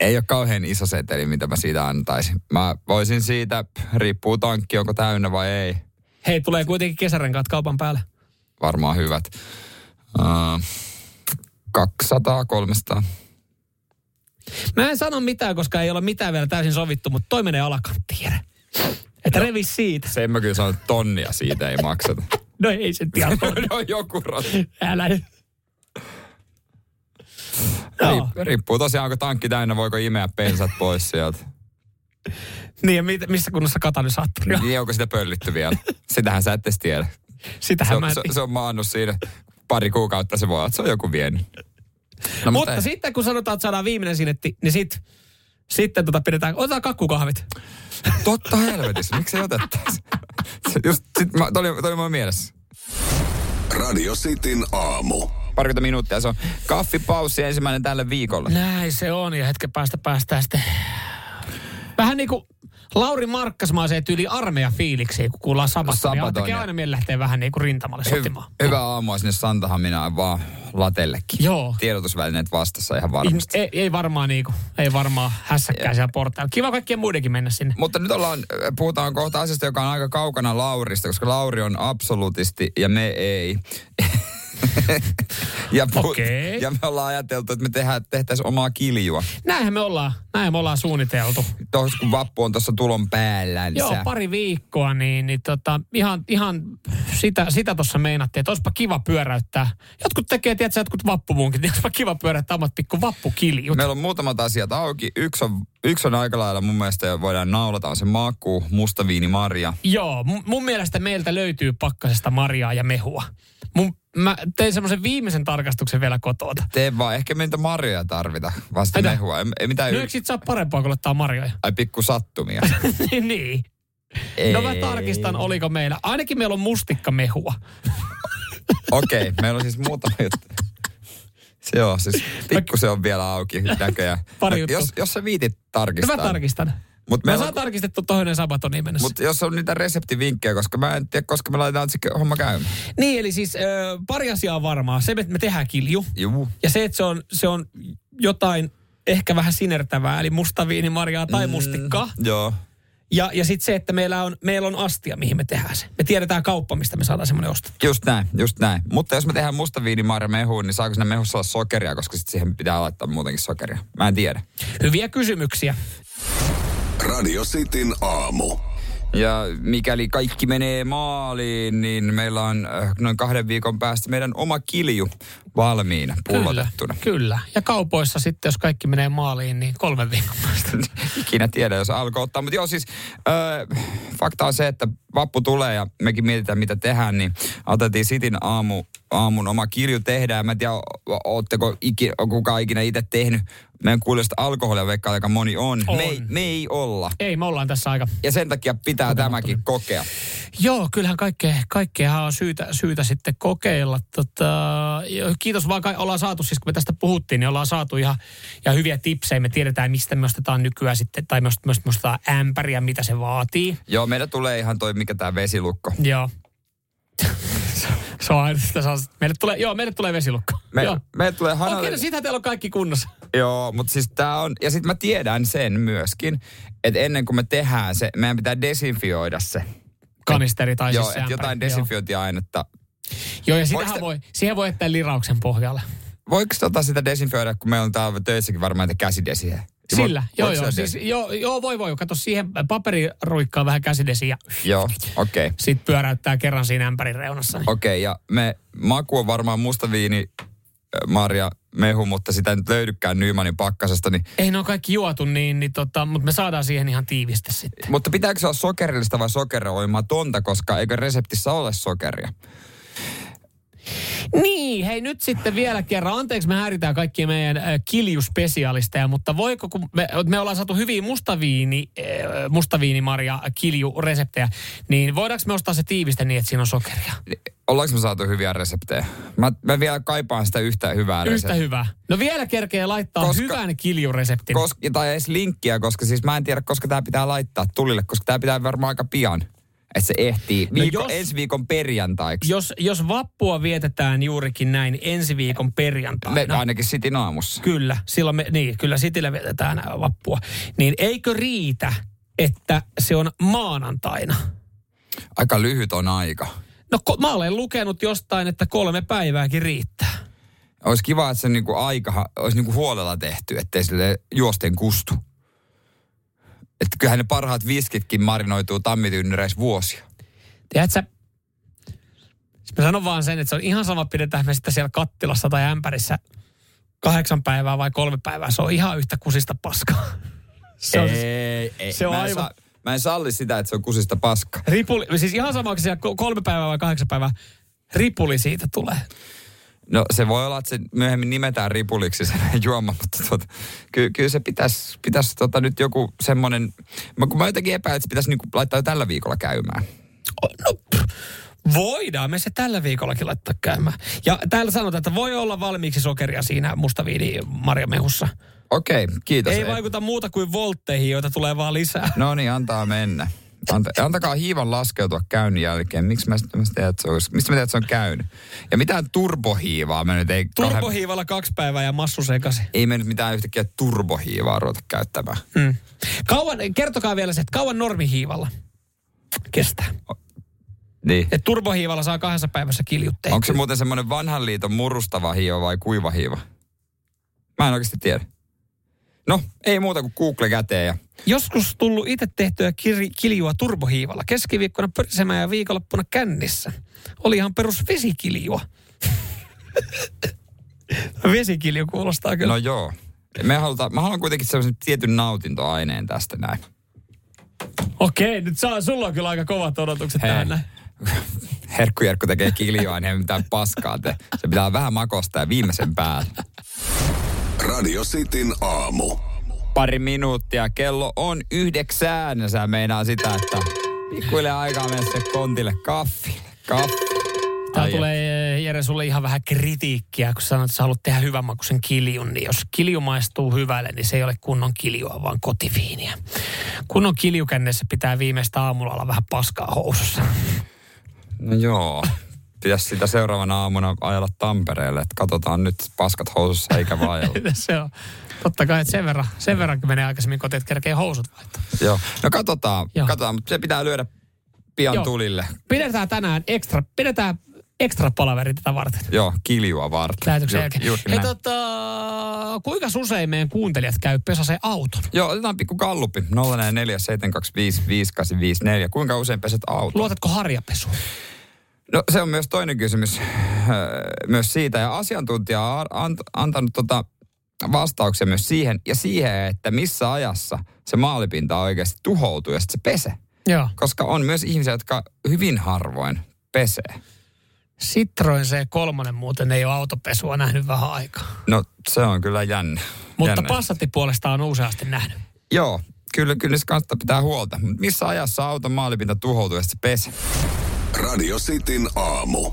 ei ole kauhean iso seteli, mitä mä siitä antaisin. Mä voisin siitä, riippuu tankki, onko täynnä vai ei.
Hei, tulee kuitenkin kesärenkaat kaupan päälle.
Varmaan hyvät. Uh, 200, 300.
Mä en sano mitään, koska ei ole mitään vielä täysin sovittu, mutta toi menee alakanttiin, Jere. Että no. revi siitä.
Sen mä kyllä sanon, että tonnia siitä ei makseta.
No ei se [laughs] tiedä.
[laughs] no joku ros.
Älä nyt. Joo.
Riip, riippuu tosiaan, onko tankki täynnä, voiko imeä pensat pois sieltä.
Niin, ja mit, missä kunnossa katalysaattori on?
Niin onko sitä pöllitty vielä? Sitähän sä et edes tiedä. Se
Sitähän mä
on,
en
se,
tiedä.
se on maannut siinä pari kuukautta, se voi olla, että se on joku vienyt. No,
Mutta
ei.
sitten kun sanotaan, että saadaan viimeinen sinetti, niin sit, sitten tota pidetään, otetaan kakkukahvit.
Totta helvetissä, miksi ei otettaisi? Se Just, sit mä, toi, oli- toi oli mun mielessä.
Radio Cityn aamu.
Parikymmentä minuuttia, se on kaffipaussi ensimmäinen tälle viikolle.
Näin se on, ja hetken päästä päästään sitten. Vähän niin kuin Lauri Markkasmaaseen tyyli armeija fiiliksi, kun kuullaan sabatonia.
Sabatonia.
Tekee aina mieli lähteä vähän niin kuin rintamalle sotimaan.
Hy- hyvää aamua sinne Santahaminaan vaan latellekin.
Joo.
Tiedotusvälineet vastassa ihan varmasti.
Ihmiset, ei, ei, varmaan niinku, ei varmaan hässäkkää siellä portailla. Kiva kaikkien muidenkin mennä sinne.
Mutta nyt ollaan, puhutaan kohta asiasta, joka on aika kaukana Laurista, koska Lauri on absolutisti ja me ei. [laughs] ja,
Okei.
ja me ollaan ajateltu, että me tehdään, tehtäisiin omaa kiljua.
Näinhän me ollaan, näinhän me ollaan suunniteltu.
Tuossa kun vappu on tuossa tulon päällänsä.
Joo, pari viikkoa, niin, niin tota, ihan, ihan sitä sitä tuossa meinattiin, että olisipa kiva pyöräyttää. Jotkut tekee, tiedätkö, jotkut vappumuunkin, niin olisipa kiva pyöräyttää omat pikku vappukiljut.
Meillä on muutamat asiat auki. Yksi on, yksi on aika lailla mun mielestä, jo voidaan naulata, on se maku, mustaviini, marja.
Joo, mun, mun mielestä meiltä löytyy pakkasesta marjaa ja mehua. Mun, mä tein semmoisen viimeisen tarkastuksen vielä kotota.
Tee vaan, ehkä me niitä marjoja tarvita, vasta
Mitä?
mehua. Ei, ei mitään
No
y-
eikö sit saa parempaa, kun laittaa marjoja? [laughs]
ai, pikku sattumia.
niin. [laughs] No mä tarkistan, oliko meillä. Ainakin meillä on mustikkamehua.
Okei, meillä on siis muutama juttu. Se joo, siis pikku se on vielä auki näköjään. Mut
Pari juttua.
jos, jos sä viitit
No
tarkistaa. niin-
mä tarkistan.
Mut
Mut mä
meillä
saan
on-
tarkistettu toinen sabatoniin niin mennessä.
Mutta jos on niitä reseptivinkkejä, koska mä en tiedä, koska me laitetaan se homma käymään.
Niin, eli siis ö, pari asiaa on varmaa. Se, että me tehdään kilju.
Juu.
Ja se, että se on, se on jotain ehkä vähän sinertävää, eli mustaviinimarjaa
Mm.
tai mustikkaa.
Joo.
Ja, ja sitten se, että meillä on, meillä on astia, mihin me tehdään se. Me tiedetään kauppa, mistä me saadaan semmoinen ostettu.
Just näin, just näin. Mutta jos me tehdään mustaviinimaara mehuun, niin saako sinne mehussa olla sokeria, koska sit siihen pitää laittaa muutenkin sokeria. Mä en tiedä.
Hyviä kysymyksiä.
Radio Cityn aamu.
Ja mikäli kaikki menee maaliin, niin meillä on äh, noin kahden viikon päästä meidän oma kilju valmiina, pullotettuna.
Kyllä, kyllä. Ja kaupoissa sitten, jos kaikki menee maaliin, niin kolmen viikon päästä.
Ikinä tiedä, jos alkoi ottaa. Mutta joo, siis öö, fakta on se, että vappu tulee ja mekin mietitään, mitä tehdään, niin otettiin Sitin aamu, aamun oma kirju tehdä. Ja mä en tiedä, o- o- ootteko iki, on kukaan ikinä itse tehnyt meidän kuulijoista alkoholia, vaikka aika moni on.
On.
Me, ei, me ei olla.
Ei, me ollaan tässä aika.
Ja sen takia pitää tämäkin kokea.
Joo, kyllähän kaikkea, kaikkeahan on syytä, syytä sitten kokeilla. Tota, jo- kiitos vaan, kai ollaan saatu, siis kun me tästä puhuttiin, niin ollaan saatu ihan, ihan hyviä tipsejä. Me tiedetään, mistä me ostetaan nykyään sitten, tai me ost- me ost- me ostetaan ämpäriä, mitä se vaatii.
Joo, meillä tulee ihan toi, mikä tämä vesilukko.
Joo. [laughs] se on aina sitä saa. Meille tulee, joo, meille tulee vesilukko.
Me,
joo.
meillä tulee
Okei,
hanalle...
no siitähän teillä on kaikki kunnossa.
Joo, mutta siis tää on, ja sitten mä tiedän sen myöskin, että ennen kuin me tehdään se, meidän pitää desinfioida se.
Kanisteri tai
joo,
siis se
että
ämpäri,
jotain
joo.
desinfiointiainetta.
Joo, ja
Voiko
sitähän
te-
voi, siihen voi jättää lirauksen pohjalle.
Voiko tota sitä desinfioida, kun meillä on täällä töissäkin varmaan niitä käsidesiä? Ja voi-
Sillä, joo,
voiko
joo,
sitä
siis,
desi-
joo, joo, voi, voi. Kato, siihen paperiruikkaa vähän käsidesi ja
Joo, okei. Okay.
sit pyöräyttää kerran siinä ämpärin reunassa. niin.
Okei, okay, ja me, maku on varmaan mustaviini, äh, marja, mehu, mutta sitä ei nyt löydykään Nymanin pakkasesta, niin
Ei ne on kaikki juotu, niin, niin tota, mutta me saadaan siihen ihan tiivistä sitten.
Mutta pitääkö se olla sokerillista vai sokeroimatonta, koska eikö reseptissä ole sokeria?
Niin, hei nyt sitten vielä kerran. Anteeksi, me häiritään kaikkia meidän äh, kiljuspesialisteja, mutta voiko, kun me, me ollaan saatu hyviä mustaviini, äh, mustaviinimarja kiljureseptejä, niin voidaanko me ostaa se tiivistä niin, että siinä on sokeria?
Ollaanko me saatu hyviä reseptejä? Mä, mä vielä kaipaan sitä yhtä hyvää
Yhtä
reseptiä.
hyvää. No vielä kerkee laittaa
Koska-
Koska... hyvän kiljureseptin.
Kos, tai edes linkkiä, koska siis mä en tiedä, koska tämä pitää laittaa tulille, koska tämä pitää varmaan aika pian. Että se ehtii viikko, no
jos-
jos, ensi viikon perjantaiksi.
Jos, jos vappua vietetään juurikin näin ensi viikon
me,
perjantaina.
ainakin sitin aamussa.
Kyllä, silloin me, niin, kyllä sitillä vietetään vappua. Niin eikö riitä, että se on maanantaina?
Aika lyhyt on aika.
No ko, mä olen lukenut jostain, että kolme päivääkin riittää.
Olisi kiva, että se niinku aika olisi niinku huolella tehty, ettei sille juosten kustu. Että kyllähän ne parhaat viskitkin marinoituu tammitynnyreissä vuosia.
Tiedätkö, sä- mä sanon vaan sen, että se on ihan sama, pidetään me sitä siellä kattilassa tai ämpärissä kahdeksan päivää vai kolme päivää. Se on ihan yhtä kusista paskaa. [laughs] Se on siis
ei, ei.
se on
mä, en
aivan-
Sa, mä en salli sitä, että se on kusista paska.
ripuli, siis ihan sama, onko siellä ko- kolme päivää vai kahdeksan päivää. Ripuli siitä tulee.
No se voi olla, että se myöhemmin nimetään ripuliksi se juoma, mutta tuota, ky, kyllä se pitäisi pitäis, tota, nyt joku semmoinen... Mä, kun mä jotenkin epäilen, että se pitäisi niinku laittaa jo tällä viikolla käymään.
O- No, pff, voidaan me se tällä viikollakin laittaa käymään. Ja täällä sanotaan, että voi olla valmiiksi sokeria siinä mustaviini marjamehussa.
Okei, kiitos.
Ei vaikuta muuta kuin voltteihin, joita tulee vaan lisää.
No niin, antaa mennä. Anta, antakaa hiivan laskeutua käynnin jälkeen. Miksi mä, mistä mä tiedän, että se on, mistä mä tiedän, että se on käynyt? Ja mitään turbohiivaa mä nyt ei... kahden-
Turbohiivalla kaksi päivää ja massu sekaisin.
Ei me nyt mitään yhtäkkiä turbohiivaa ruveta käyttämään.
Hmm. Kauan, kertokaa vielä se, että kauan normihiivalla kestää.
Niin.
Et turbohiivalla saa kahdessa päivässä kiljutteen.
Onko se muuten semmoinen vanhan liiton murustava hiiva vai kuiva hiiva? Mä en oikeasti tiedä. No, ei muuta kuin Google käteen ja
Joskus tullut itse tehtyä kir- kiljua turbohiivalla. Keskiviikkona pörsemään ja viikonloppuna kännissä. Oli ihan perus vesikiljua. [laughs] Vesikilju kuulostaa kyllä.
no
No,
joo. Me halutaan, mä haluan kuitenkin semmoisen tietyn nautintoaineen tästä näin.
Okei, nyt saa, sulla on kyllä aika kovat odotukset
Hei.
tähän. näin.
Herkkujerkku tekee kiljoa, niin ei mitään paskaa tee. Se pitää vähän makosta ja viimeisen päälle.
Radio Cityn aamu.
Pari minuuttia, kello on yhdeksään ja sä meinaa sitä, että pikkuille aikaa mennä se kontille kaffille. Kaffi.
Tää
Ai
tulee Jere, sulle ihan vähän kritiikkiä, kun sanoit, että sä haluat tehdä hyvänmakuisen kiljun, niin jos kilju maistuu hyvälle, niin se ei ole kunnon kiljua, vaan kotiviiniä. Kunnon kiljukännessä pitää viimeistä aamulla olla vähän paskaa housussa.
No joo. Pitäisi sitä seuraavana aamuna ajella Tampereelle, että katsotaan nyt paskat housussa eikä vaan
[laughs]
ajella.
se on. Totta kai, että sen verran, sen verran kun menee aikaisemmin kotiin, että kerkee housut vaihtaa.
Joo. No katsotaan,
Joo.
katsotaan, mutta se pitää lyödä pian
Joo.
tulille.
Pidetään tänään ekstra, pidetään ekstra palaveri tätä varten.
Joo, kiljua varten.
Lähetyksen
Ju-
jälkeen.
juuri
Hei,
näin.
tota, kuinka usein meidän kuuntelijat käy pesaseen auton?
Joo, otetaan pikku kalluppi. 047255854. Kuinka usein peset auton?
Luotatko harjapesuun?
No se on myös toinen kysymys öö, myös siitä. Ja asiantuntija on ar- ant- antanut tota vastauksia myös siihen ja siihen, että missä ajassa se maalipinta oikeasti tuhoutuu ja sitten se pese.
Joo.
Koska on myös ihmisiä, jotka hyvin harvoin pesee.
Citroen C3 muuten ei ole autopesua nähnyt vähän aikaa.
No se on kyllä jännä.
Mutta
jännä.
Passatti puolestaan on useasti nähnyt.
Joo, kyllä, kyllä niistä kanssa pitää huolta. Mut Missä ajassa auton maalipinta tuhoutuu ja sit se pesee?
Radio Cityn aamu.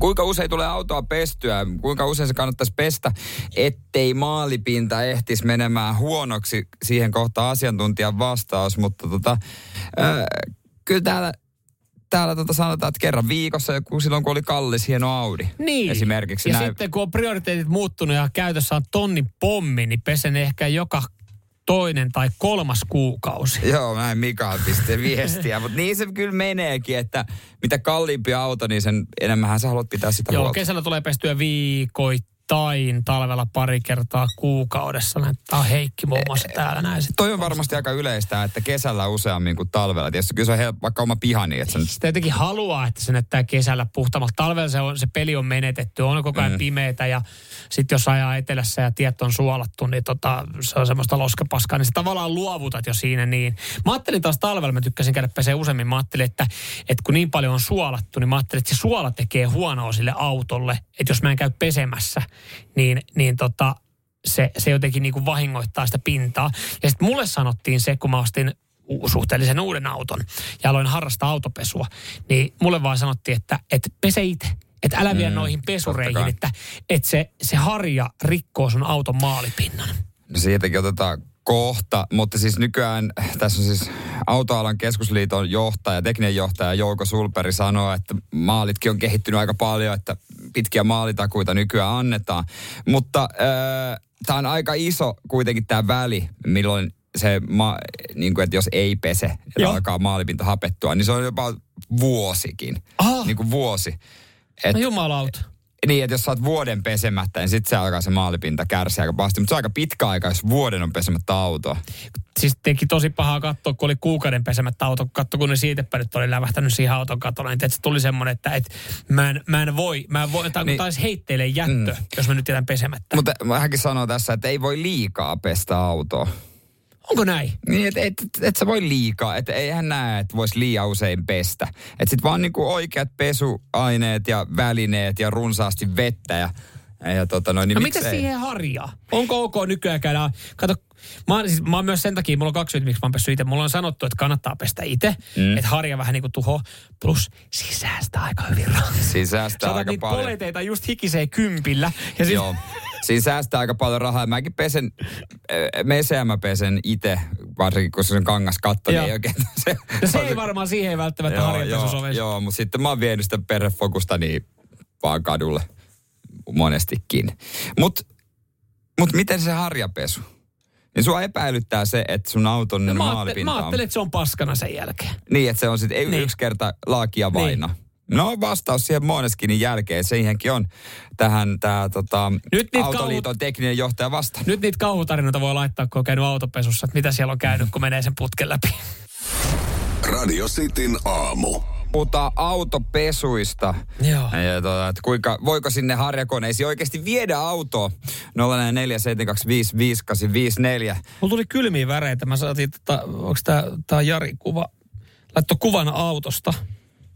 Kuinka usein tulee autoa pestyä? Kuinka usein se kannattaisi pestä, ettei maalipinta ehtisi menemään huonoksi? Siihen kohtaa asiantuntijan vastaus, mutta tota, äh, kyllä täällä, täällä tota sanotaan, että kerran viikossa joku silloin, kun oli kallis hieno Audi. Esimerkiksi
Niin. Ja sitten kun on prioriteetit muuttunut ja käytössä on tonni pommi, niin pesen ehkä joka toinen tai kolmas kuukausi.
Joo, näin Mika pisti viestiä, mutta niin se kyllä meneekin, että mitä kalliimpi auto, niin sen enemmän sä haluat pitää sitä
Joo,
huolta.
kesällä tulee pestyä viikoittain, talvella pari kertaa kuukaudessa. Näin, Tää on Heikki muun muassa täällä näin sitten.
Toi on varmasti aika yleistä, että kesällä useammin kuin talvella. Tietysti kyllä se on hel- vaikka oma pihani, että sen
Sitä jotenkin haluaa, että se näyttää kesällä puhtaammalta. Talvella se, on, se peli on menetetty, on koko ajan mm. pimeetä ja sitten jos ajaa etelässä ja tiet on suolattu, niin tota, se on semmoista loskapaskaa, niin sä tavallaan luovutat jo siinä niin. Mä ajattelin taas talvella, mä tykkäsin käydä pesee useammin, mä ajattelin, että, että kun niin paljon on suolattu, niin mä ajattelin, että se suola tekee huonoa sille autolle, että jos mä en käy pesemässä, niin, niin tota, se, se jotenkin niin kuin vahingoittaa sitä pintaa. Ja sitten mulle sanottiin se, kun mä ostin u- suhteellisen uuden auton ja aloin harrastaa autopesua, niin mulle vaan sanottiin, että, että pese itse. Että älä vie mm, noihin pesureihin,
kai.
että, että se, se harja rikkoo sun auton maalipinnan.
No siitäkin otetaan kohta, mutta siis nykyään tässä on siis autoalan keskusliiton johtaja, tekninen johtaja Jouko Sulperi sanoo, että maalitkin on kehittynyt aika paljon, että pitkiä maalitakuita nykyään annetaan. Mutta äh, tämä on aika iso kuitenkin tämä väli, milloin se, ma, niin kuin, että jos ei pese, että
Joo.
alkaa maalipinta hapettua, niin se on jopa vuosikin.
Ah.
Niin kuin vuosi. Et,
No jumalauta.
niin, että jos sä oot vuoden pesemättä, niin sit se alkaa se maalipinta kärsiä aika pahasti. Mutta se on aika pitkä aika, jos vuoden on pesemättä autoa.
Siis teki tosi pahaa katsoa, kun oli kuukauden pesemättä auto, kun katsoi, kun ne siitepälyt oli lävähtänyt siihen auton katolle. Niin tietysti tuli semmoinen, että et, mä, en, mä en voi, mä en voi, tai
Niin.
niin. taisi heitteille jättö, mm. jos mä nyt jätän pesemättä.
Mutta hänkin sanoo äh, tässä, että ei voi liikaa pestä autoa.
Onko näin?
Niin, että et, et, et sä voi liikaa, että eihän näe, että voisi liian usein pestä. Että sit vaan niinku oikeat pesuaineet ja välineet ja runsaasti vettä ja, ja tota noin, niin
No
miksei?
mitä siihen harjaa? Onko ok nykyään käydä? Kato, mä oon, siis, mä oon myös sen takia, mulla on kaksi syytä, miksi mä oon pessyt itse. Mulla on sanottu, että kannattaa pestä itse, mm. että harja vähän niin kuin tuho, plus sisäästä aika hyvin rahaa.
Siis
Sä
säästää
otat
aika
niitä
paljon.
poleteita just hikisee kympillä. Ja siis,
[laughs] Joo. Siinä säästää aika paljon rahaa. Mäkin pesen, äh, meseä mä pesen itse, varsinkin kun se on kangas katto, niin
Joo.
ei oikein [laughs] se...
No [laughs] se ei varmaan siihen ei välttämättä harjoitus
joo,
sovellu.
joo, mutta sitten mä oon vienyt sitä perhefokusta niin vaan kadulle monestikin. Mut, mut miten se harjapesu? Niin sua epäilyttää se, että sun auton
No, mä,
Niin
ajattelin,
maalipinta
mä
on...
ajattelin, että se on paskana sen jälkeen.
Niin, että se on sitten ei
Niin.
yksi kerta laakia vaino. No vastaus siihen Moneskinin jälkeen. Siihenkin on tähän tämä tota,
Nyt niitä
Autoliiton tekninen johtaja vasta.
Nyt niitä kauhutarinoita voi laittaa, kun on käynyt autopesussa, että mitä siellä on käynyt, kun menee sen putken läpi.
Radio Cityn aamu.
Puhutaan autopesuista.
Joo.
Ja tuota, että kuinka, voiko sinne harjakoneisiin oikeasti viedä auto? 047255854.
Mulla tuli kylmiä väreitä. Mä saatiin, tota, onko tää, tää Jari kuva, laittoi kuvan autosta.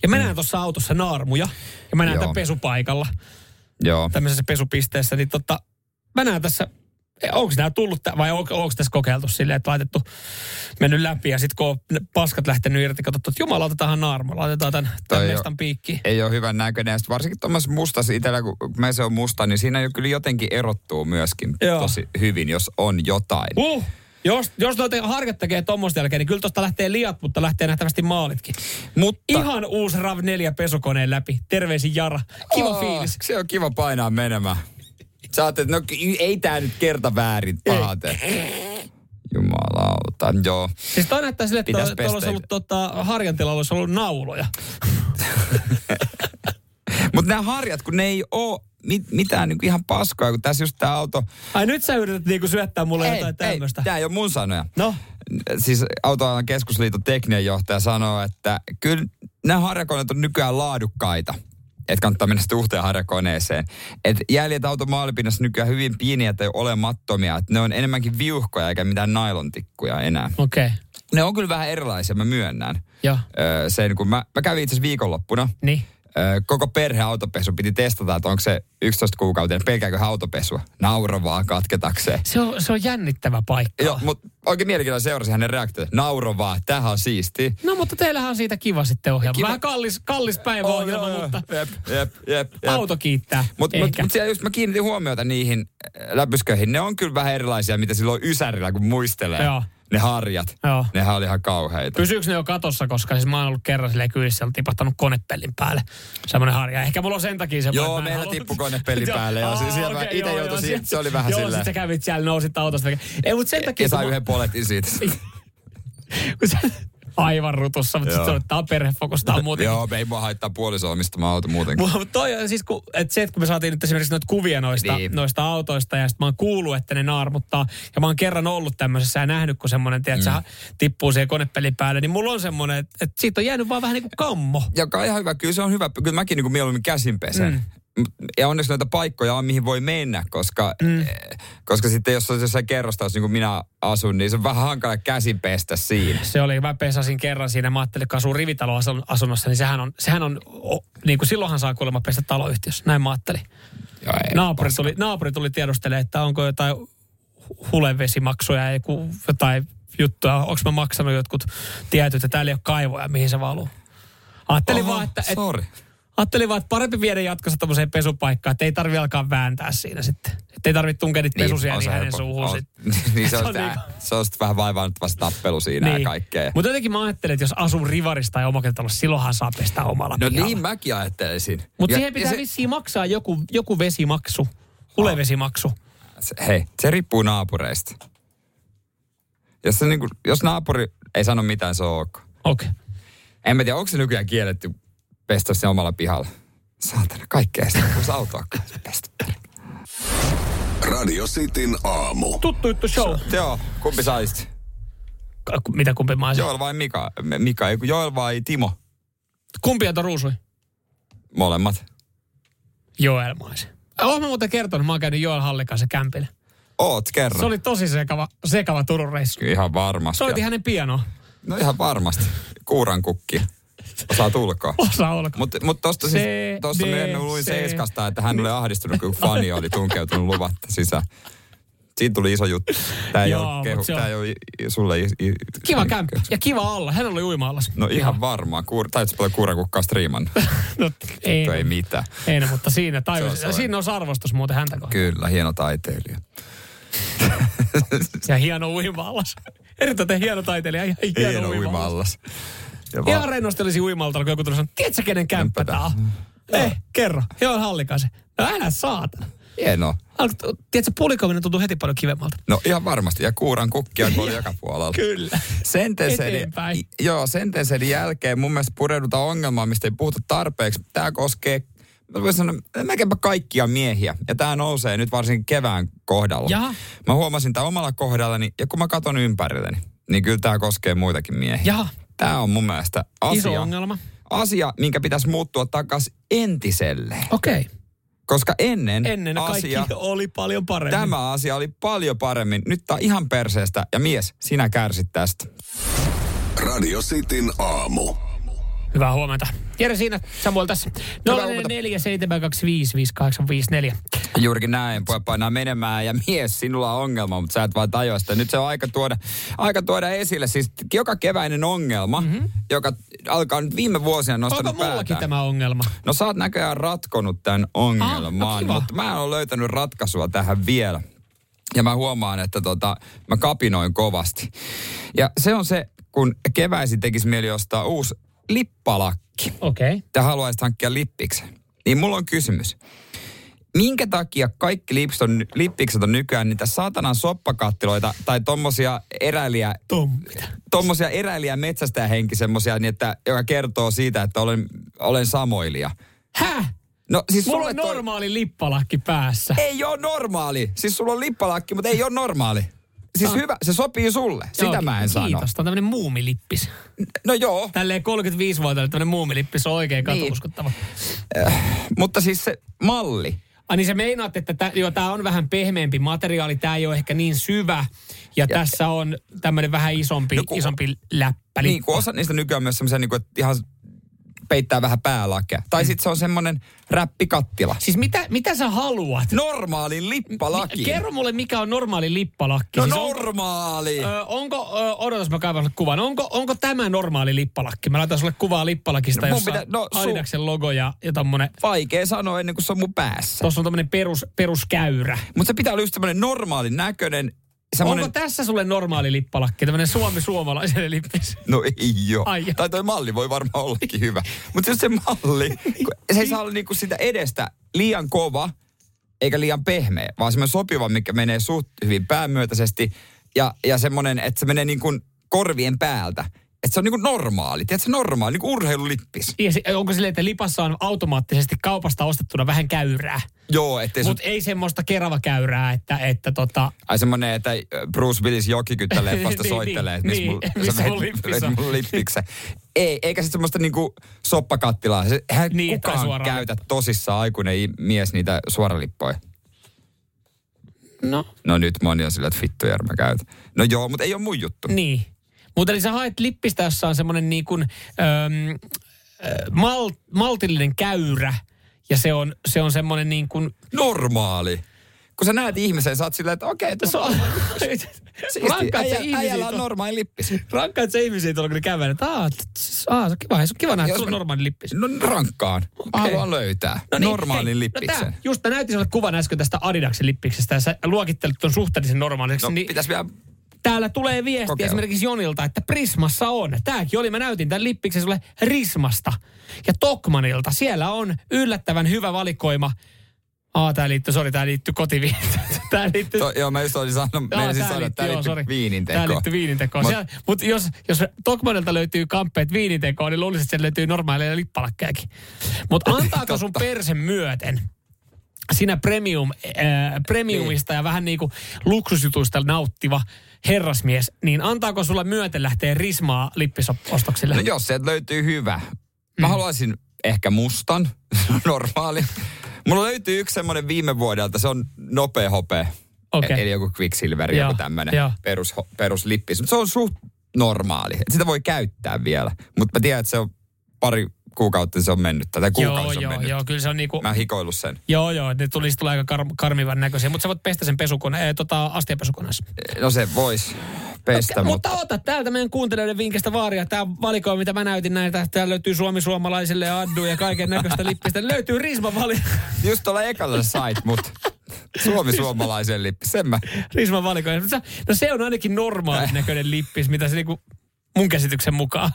Ja mä näen tuossa autossa naarmuja. Ja mä näen
Mm. Joo.
tämän pesupaikalla,
Joo.
tämmöisessä pesupisteessä. Niin tota, mä näen tässä onko nämä tullut, tä- vai onko, onko tässä kokeiltu silleen, että laitettu, mennyt läpi ja sitten kun on ne paskat lähtenyt irti, katsottu, että jumala, otetaan naarma, laitetaan tämän, tämän
Toi on-
mestan piikkiin.
Ei ole hyvän näköinen. Ja sit varsinkin tuommoisessa mustassa itsellä, kun mä se on musta, niin siinä jo kyllä jotenkin erottuu myöskin
Joo.
tosi hyvin, jos on jotain.
Uh, jos, jos noita harjat tekee tuommoista jälkeen, niin kyllä tuosta lähtee liat, mutta lähtee nähtävästi maalitkin.
Mutta
Ihan uusi RAV 4 pesukoneen läpi. Terveisin Jara. Kiva
Oo,
fiilis.
Se on kiva painaa menemään. Sä ajattelet, no ki- ei tää nyt kerta väärin pahaa tee. Jumalauta, joo.
Siis toi näyttää sille, että
Pitäis
tuolla olisi
pestä.
ollut tota, harjantilla olisi ollut nauloja.
Mutta nämä harjat, kun ne ei oo mit, mitään niinku ihan paskaa, kun tässä just tää auto...
Ai nyt sä yrität niinku syöttää mulle jotain tämmöistä.
tää ei ole mun sanoja.
No,
Siis Autoalan keskusliiton tekninen johtaja sanoo, että kyllä nämä harjakoneet on nykyään laadukkaita. Että kannattaa mennä sitten uuteen harjakoneeseen. Et jäljet auton maalipinnassa nykyään hyvin pieniä tai olemattomia. Et ne on enemmänkin viuhkoja eikä mitään nailontikkuja enää.
okei. Okay.
ne on kyllä vähän erilaisia, mä myönnän.
Joo.
Öö, sen, kun mä, mä kävin itse asiassa viikonloppuna.
Niin.
Öö, koko perhe autopesu piti testata, että onko se 11 kuukautinen, pelkääkö hän autopesua. Naura vaan katketakseen.
Se on, se on jännittävä paikka.
Joo, mutta oikein mielenkiintoinen seurasi hänen reaktioita. Nauro vaan, tähän on siisti.
No mutta teillähän on siitä kiva sitten ohjelma.
Kiva.
Vähän kallis, kallis päiväohjelma, oh, mutta
Jep, jep, jep, jep.
auto kiittää.
Mutta mut,
Eikä.
mut siellä just mä kiinnitin huomiota niihin äh, läpysköihin. Ne on kyllä vähän erilaisia, mitä silloin Ysärillä, kun muistelee.
Joo.
Ne harjat.
Joo.
Nehän oli ihan kauheita.
Pysyykö ne jo katossa, koska siis mä oon ollut kerran silleen kylissä, on tipahtanut konepellin päälle. Semmoinen harja. Ehkä mulla on sen takia se.
Joo, meillä tippui
[laughs]
konepelli päälle, joo, siis siellä mä ite joutuin siihen, se oli vähän
joo,
silleen.
Joo, sit sä kävit siellä, nousit autosta. Ei, mutta sen takia...
ja
kun
sai
mä-
yhden poletin
[laughs]
siitä.
kun sä- Aivan rutussa, mutta sitten
Joo.
se on, että tää on
[laughs]
perhefokus, tää on muutenkin.
Joo, me ei mua haittaa puolisoa omistamaan auto muutenkin.
Mutta toi on siis, kun, et se, että kun me saatiin nyt esimerkiksi noita kuvia noista,
Niin.
niin. noista autoista, ja sitten mä oon kuullut, että ne naarmuttaa, ja mä oon kerran ollut tämmöisessä ja nähnyt, kun semmoinen, tiedät, mm. tippuu siihen konepelin päälle, niin mulla on semmoinen, että et siitä on jäänyt vaan vähän niin kuin kammo.
Joka on ihan hyvä. Kyllä se on hyvä. Kyllä mäkin niin mieluummin käsin pesen. Mm. Ja onneksi noita paikkoja on, mihin voi mennä, koska, mm. eh, koska sitten jos on jossain kerrostaus, niin kuin minä asun, niin se on vähän hankala käsin pestä siinä.
Se oli, mä pesasin kerran siinä, mä ajattelin, kun asuu rivitaloasunnossa, niin sehän on, sehän on o, niin kuin silloinhan saa kuulemma pestä taloyhtiössä, näin mä ajattelin.
Joo, ei.
Naapuri tuli, naapuri tuli tiedustelemaan, että onko jotain hu- hulevesimaksuja ja joku- jotain juttuja. Onko mä maksanut jotkut tietyt, että täällä ei ole kaivoja, mihin se valuu. Ajattelin,
Oho,
vaan, että, et,
Sorry.
ajattelin vaan, että parempi viedä jatkossa tämmöiseen pesupaikkaan, että ei tarvi alkaa vääntää siinä sitten. Että ei tarvitse tunkea niitä pesusia
on
niin,
se
hänen
helppo.
suuhun
On-
sitten.
niin se [laughs]
Se
on,
on
sitä,
niinku-
se on sit vähän vaivaannuttava se tappelu siinä niin. ja kaikkea.
Mutta jotenkin mä ajattelen, että jos asuu rivarissa tai omakotitalossa, silloinhan saa pestä omalla
No
pihalla.
niin mäkin ajattelisin.
Mutta
Ja-
siihen
ja
pitää se... vissiin maksaa joku, joku vesimaksu, hulevesimaksu.
Se- hei, se riippuu naapureista. Jos, se niinku, jos naapuri ei sano mitään, se on ok.
Okei. Okay.
En mä tiedä, onko se nykyään kielletty pestä se omalla pihalla. Saatana, kaikkea sitä kun autoa pestä.
Radio Cityn aamu.
Tuttu juttu show.
[laughs] Joo, kumpi saisit?
Ka- ku- Mitä kumpi mä olisin?
Joel vai Mika? M- Mika, ei kun Joel vai Timo?
Kumpi on ruusui?
Molemmat.
Joel mä olisin. Äh, Oon mä muuten kertonut, mä oon käynyt Joel Hallin kanssa kämpillä.
Oot kerran.
Se oli tosi sekava, sekava Turun reissu.
Kyllä Ihan varmasti.
Soitin hänen pianoa.
No ihan varmasti. Kuuran kukki. Osaat ulkoa.
Osa olkoon.
Mutta mut tosta, siis,
Se-
tosta
de-
myöhemmin luin
se-
Seiskasta, että hän oli ahdistunut, kun fani oli tunkeutunut luvatta sisään. Siitä tuli iso juttu. Tämä ei,
Joo,
ole,
mut
kehu,
se on-
tää ei ole i- i- sulle... I, i,
Kiva kämppä. Ja kiva olla. Hän oli uima-allas.
No ihan varmaan. Kuur, taitsi paljon kuurakukkaa striiman.
No, [laughs] ei,
ei mitään.
ei, no, mutta siinä tajusin.
Se on
ja siinä on arvostus muuten häntä kohtaan.
Kyllä, hieno taiteilija.
Ja hieno [laughs] uima-allas. Erittäin hieno taiteilija ja hieno,
Hieno uimallas.
uima-allas.
Ja
Ihan
va-
rennosti olisi uimalta, kun joku tuli sanoa, tiedätkö kenen
Kämppä
kämppä tää on? Eh, kerro. Joo, hallikaisen. No älä saatana.
hieno.
Alko, tiedätkö, pulikominen tuntuu heti paljon kivemmalta.
No ihan varmasti. Ja kuuran kukkia kun oli joka puolella.
Kyllä.
Sentenselin,
Eteenpäin.
i- joo, sentenselin jälkeen mun mielestä pureudutaan ongelmaan, mistä ei puhuta tarpeeksi. Tämä koskee, mä voisin sanoa, melkeinpä kaikkia miehiä. Ja tämä nousee nyt varsinkin kevään kohdalla.
Jaha.
Mä huomasin tämän omalla kohdallani, ja kun mä katson ympärilleni, niin kyllä tämä koskee muitakin miehiä.
Jaha.
Tämä on mun mielestä asia,
Iso ongelma.
asia, minkä pitäisi muuttua takaisin entiselle.
Okei. Okay.
Koska ennen,
Ennen kaikki
asia,
oli paljon paremmin.
tämä asia oli paljon paremmin. Nyt tää on ihan perseestä, ja mies, sinä kärsit tästä.
Radio Cityn aamu.
Hyvää huomenta. Jere siinä, Samuel tässä.
Hyvää huomenta.
047255854.
Juurikin näin, voi painaa menemään ja mies, sinulla on ongelma, mutta sä et vaan tajua sitä. Nyt se on aika tuoda, aika tuoda esille, siis joka keväinen ongelma, mm-hmm. joka alkaa nyt viime vuosina nostanut
Onko Mhm. mullakin
päätään.
tämä ongelma?
No sä oot näköjään ratkonut tämän
Ah, no
ongelman,
kiva.
mutta mä en ole löytänyt ratkaisua tähän vielä. Ja mä huomaan, että tota, mä kapinoin kovasti. Ja se on se, kun keväisin tekisi mieli ostaa uusi lippalakki
Okei. Okay.
ja haluaisit hankkia lippiksen. Niin mulla on kysymys. Minkä takia kaikki lipsit on, lippikset on nykyään niitä saatanan soppakattiloita tai tommosia eräiliä, tommosia eräiliä metsästäjähenki semmosia, niin että, joka kertoo siitä, että olen, olen samoilija.
Häh?
No siis
Mulla on
sulle toi-
normaali lippalakki päässä.
ei ole normaali. Siis sulla on lippalakki, mutta ei ole normaali. Siis hyvä, se sopii sulle. Sitä
Joo,
mä en sano.
Kiitos, tämä on tämmöinen muumilippis.
No joo,
Tälleen 35-vuotiaille tämmöinen muumilippis on oikein
Niin.
katouskottava.
mutta siis se malli.
Ai niin sä meinaat, että tä, joo, tää on vähän pehmeämpi materiaali, tää ei ole ehkä niin syvä. Ja, ja tässä on tämmöinen vähän isompi,
No
no,
kun-
isompi läppä.
Niin kuin osa niistä nykyään on myös semmoisia, niin kuin, että ihan peittää vähän päälakea.
Mm.
Tai sitten se on semmoinen räppikattila.
Siis mitä, mitä sä haluat?
Normaali lippalaki.
Kerro mulle, mikä on normaali lippalakki.
No
siis
normaali.
Onko, ö, onko ö, odotas mä kaivan sulle kuvan, onko, onko tämä normaali lippalakki? Mä laitan sulle kuvaa lippalakista,
No mun
jossa
pitää-
pitää,
no
no,
su-
Adidaksen logo ja, ja tommonen,
Vaikea sanoa ennen kuin se on mun päässä.
tossa on tommonen perus, peruskäyrä.
Mutta se pitää olla just semmoinen normaalin näköinen. Semmoinen...
Onko tässä sulle normaali lippalakki, tämmönen suomi-suomalaisen lippis?
No ei oo.
Ai joo.
Tai toi malli voi varmaan ollakin hyvä. Mutta jos se malli, kun se ei saa olla niinku sitä edestä liian kova eikä liian pehmeä, vaan semmoinen sopiva, mikä menee suht hyvin päämyötäisesti ja, ja semmoinen, että se menee niinku korvien päältä. Että se on niinku normaali, tiedätkö normaali, niinku urheilulippis.
Ja se, onko silleen, että lipassa on automaattisesti kaupasta ostettuna vähän käyrää?
Joo, ettei se...
Mutta ei semmoista keravakäyrää, että, että tota,
Ai semmonen, että äh, Bruce Willis jokikyttäleffasta
[laughs] Niin,
soittelee, että
niin,
missä
niin.
mun-
Missä
sä veit-
mun lippis
veit
on.
mun lippiksen. Ei, eikä sitten semmoista niinku soppakattilaa. Se, eihän
Niin,
niin,
tai
kukaan
suoraa
käytä tosissaan aikuinen i- mies niitä suoralippoja.
no
No nyt moni on sillä, että vittu Jarmo käytä. No joo, mutta ei ole mun juttu.
niin. Mutta eli sä haet lippistä, jossa on semmoinen niin kuin, öm, ö, mal, maltillinen käyrä, ja se on, se on semmoinen niin kuin...
Normaali. Kun sä näet ihmisen, sä oot sillä, että okei, tässä
Se
on
[laughs] on,
siisti.
rankkaat se
Äijä-
ihmisiä
Äijällä on
tuolla-
normaali lippis.
rankkaat se ihmisiä tuolla, kun ne kävelee, että aah, t- s- aah, se on kiva, se on kiva nähdä, että
Jos
sulla on
mä-
normaali lippis.
No rankkaan.
Okei.
Haluan löytää. No niin, Normaalin
hei, No
lippiksen.
tää, just mä näytin sulle kuvan äsken tästä Adidaksen lippiksestä ja sä luokittelit ton suhteellisen normaaliseksi.
No,
niin
pitäis vielä...
Täällä tulee viesti
Kokeilla.
esimerkiksi Jonilta, että Prismassa on. Tääkin oli, mä näytin tämän lippiksen sulle Rismasta. Ja Tokmanilta, siellä on yllättävän hyvä valikoima. Aa, tää liittyy, sori, tää liittyy kotiviinteeseen. [laughs] Tää liittyy...
To, joo, mä just olisin sanonut,
Aa,
meinasin
tää
sanoa, että
joo,
siis tää liittyy
sori. Tää
viinintekoon.
liittyy viinintekoon.
Mut-
Mut, Mut jos, jos Tokmanilta löytyy kamppeet viinintekoon, niin luulisin, että siellä löytyy normaaleja lippalakkejakin. Mutta antaako sun persen myöten sinä premium, äh, premiumista ja vähän niin kuin luksusjutuista nauttiva herrasmies, niin antaako sulla myöten lähteä rismaa lippisostoksille?
No jos sieltä löytyy hyvä.
Mm.
Mä haluaisin ehkä mustan, [laughs] normaali. Mulla löytyy yksi semmoinen viime vuodelta, se on nopea hopea.
Okei.
E- Eli joku Quicksilver,
Joo,
joku tämmöinen
joo.
perus, peruslippis. Mut se on suht normaali. Et sitä voi käyttää vielä. Mutta mä tiedän, että se on pari kuukautta niin se on mennyt. Tai
joo,
kuukausi on
joo,
mennyt.
joo, kyllä se on niinku...
Mä oon hikoillut sen.
Joo, joo, ne tulisi tulla aika kar- karmivan näköisiä, mutta sä voit pestä sen pesukone, äh, tota, astiapesukoneessa.
No se vois pestä,
Okei,
mutta...
mutta ota täältä meidän kuuntelijoiden vinkistä vaaria. Tämä valikoima, mitä mä näytin näitä, täällä löytyy suomi suomalaisille ja addu ja kaiken näköistä lippistä. Löytyy Risman, vali- [laughs]
Just tuolla ekalla sä sait, mutta Suomi suomalaisen lippi, sen mä...
Risman valikoima. Sä- No se on ainakin normaalin näköinen lippis, mitä se niinku mun käsityksen mukaan.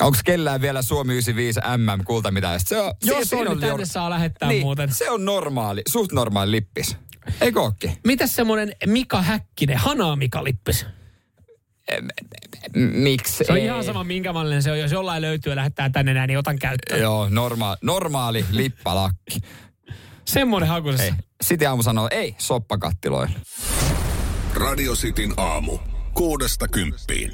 Onko kellään vielä Suomi 95 MM kultamitalista? Se on,
Jos
siinä
on, niin tänne
jor-
saa lähettää muuten.
Se on normaali, suht normaali lippis. Eikö ookin?
Mitäs semmonen Mika Häkkinen, Hanaa Mika lippis?
M- Miksi?
Se on
ei?
ihan sama minkä mallinen se on. Jos jollain löytyy ja lähettää tänne näin, niin otan käyttöön.
Joo, norma- normaali lippalakki.
Semmonen hakusessa.
Ei. Sitten aamu sanoo, ei, soppakattiloille.
Radio Cityn aamu. Kuudesta kymppiin.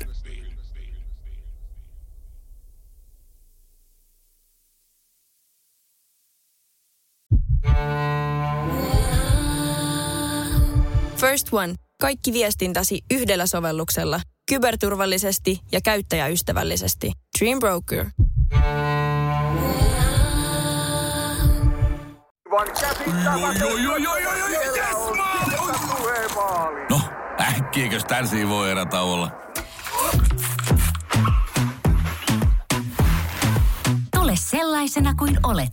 First One. Kaikki viestintäsi yhdellä sovelluksella. Kyberturvallisesti ja käyttäjäystävällisesti. Dream Broker.
aivan käsittämätöntä.
Oi, oi, oi, oi, oi, oi,
Siellä
yes,
on
maali!
sieltä tulee maali.
No, äkkiäkös tän voi erätä olla?
Tule sellaisena kuin olet,